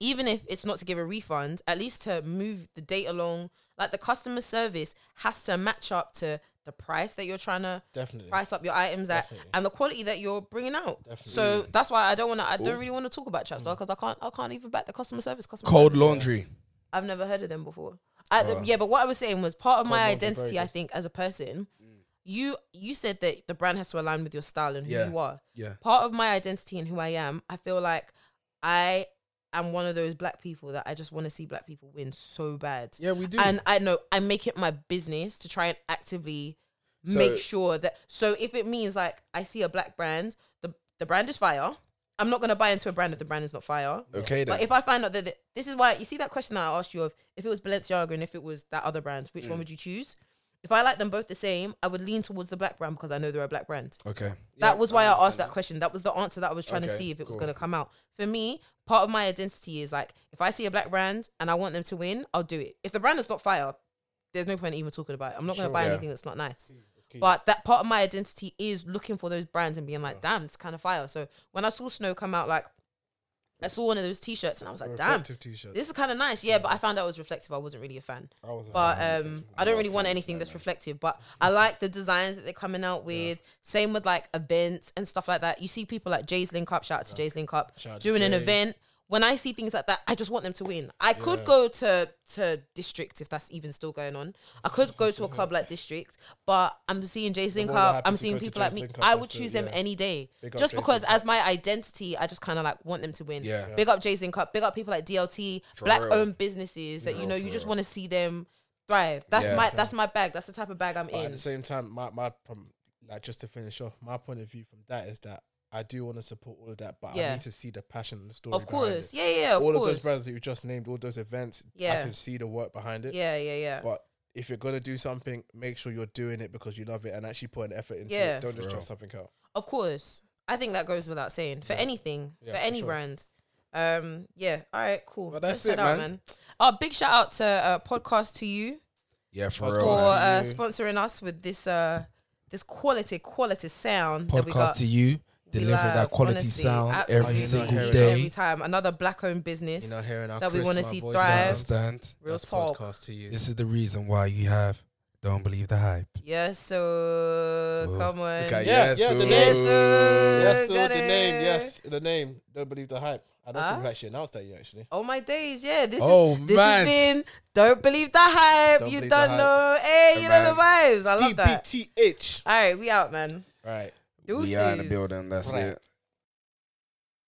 B: even if it's not to give a refund, at least to move the date along. Like the customer service has to match up to the price that you're trying to
C: Definitely.
B: price up your items at
C: Definitely.
B: and the quality that you're bringing out. So that's why I don't want to. I don't really want to talk about Trapstar because I can't. I can't even back the customer service. Customer
A: Cold
B: service.
A: laundry.
B: I've never heard of them before. I, the- yeah, but what I was saying was part of my
C: laundry, very
B: identity. I think as a person,
A: Mm.
B: you you said that the brand has to align with your style and who
A: Yeah.
B: you are.
A: Yeah.
B: Part of my identity and who I am, I feel like I am one of those black people that I just want to see black people win so bad.
A: Yeah, we do.
B: And I know I make it my business to try and actively
A: So-
B: make sure that. So if it means like I see a black brand, the the brand is fire. I'm not gonna buy into a brand if the brand is not fire.
A: okay then.
B: But if I find out that the, this is why you see that question that I asked you of if it was Balenciaga and if it was that other brand, which
A: Mm.
B: one would you choose? If I like them both the same, I would lean towards the black brand because I know they're a black brand.
A: okay.
B: that was why I, asked that question. That was the answer that I was trying to
A: Okay,
B: see if it was
A: cool.
B: going to come out. For me, part of my identity is like if I see a black brand and I want them to win, I'll do it. If the brand is not fire, there's no point in even talking about it. I'm not going to buy
A: Yeah.
B: anything that's not nice. But that part of my identity is looking for those brands and being like, damn, it's kind of fire. So when I saw Snow come out, like, I saw one of those t-shirts and I was like, damn,
C: Reflective t-shirt.
B: this is kind of nice. Yeah, but I found out it was reflective. I wasn't really a fan.
C: I was a
B: But
C: fan of
B: um,
C: reflective.
B: I don't really want anything that's reflective. But I like the designs that they're coming out with. Same with like events and stuff like that. You see people like Jay's Link Up. Shout out to Jay's Link Up
C: Shout out to
B: doing an
C: Jay.
B: event. When I see things like that, I just want them to win. I could go to to district if that's even still going on. I could go to a club like district, but I'm seeing Jay's Link
C: more than
B: Up.
C: happy
B: I'm
C: to
B: seeing
C: go to
B: people like
C: Jay's
B: me.
C: Link Up
B: I would
C: also,
B: choose them
C: yeah.
B: any day,
C: Big up
B: just
C: Jay's
B: because
C: Link
B: as my identity, I just kind of like want them to win.
A: Yeah. Yeah.
B: Big up Jay's Link Up. Big up people like DLT, black
A: real.
B: owned businesses that you know you just want to see them thrive. That's
A: Yeah.
B: my that's my bag. That's the type of bag I'm
C: But at
B: in.
C: the same time, my my from like just to finish off, my point of view from that is that I do want to support all of that, but
B: Yeah.
C: I need to see the passion and the story.
B: Of
C: behind it.
B: course, yeah, yeah, yeah, of
C: all of
B: course.
C: those brands that you just named, all those events,
B: Yeah.
C: I can see the work behind it.
B: yeah, yeah, yeah.
C: But if you're gonna do something, make sure you're doing it because you love it and actually put an effort into
B: Yeah.
C: it. Don't just
A: For
C: try
A: real.
C: something out.
B: Of course. I think that goes without saying for anything, for any
C: sure.
B: brand. Um, yeah. All right, cool.
A: Well, that's
B: Let's head
A: it,
B: out,
A: man.
B: Oh, big shout out to uh, podcast to you
A: Yeah, for
C: Podcast
A: real.
B: for
C: Podcast To
B: uh,
C: You.
B: sponsoring us with this uh this quality quality sound that we got.
A: you,
B: We love, honestly, absolutely.
C: single
B: Every
C: day.
B: Every time, another black-owned business.
C: You know, hearing our
B: That we
C: crisp
B: wanna
C: man
B: see
C: voice
B: thrive.
C: sounds,
B: real
C: that's
B: talk.
C: podcast to you.
A: is the reason why you have don't believe the hype.
B: Yes, so
A: Ooh.
B: come on.
A: Oh. Okay,
C: Yeah,
A: yes,
C: yeah, the
A: ooh.
C: name.
B: Yes,
C: Yes, so the
B: got
C: name.
B: it.
C: Yes, the name. Don't believe the hype. I don't
B: Huh?
C: think we actually announced that yet. Actually,
B: Oh my days, yeah. This
A: Oh,
B: is this
A: man.
B: has been Don't Believe the Hype.
C: Don't
B: you
C: believe the
B: don't
C: hype.
B: know. Hey, you know
A: Man.
B: the vibes. I love that.
C: DBTH.
B: All right, we out, man.
C: Right.
A: We are in the
B: Deuces.
A: building. That's
C: Right.
A: it.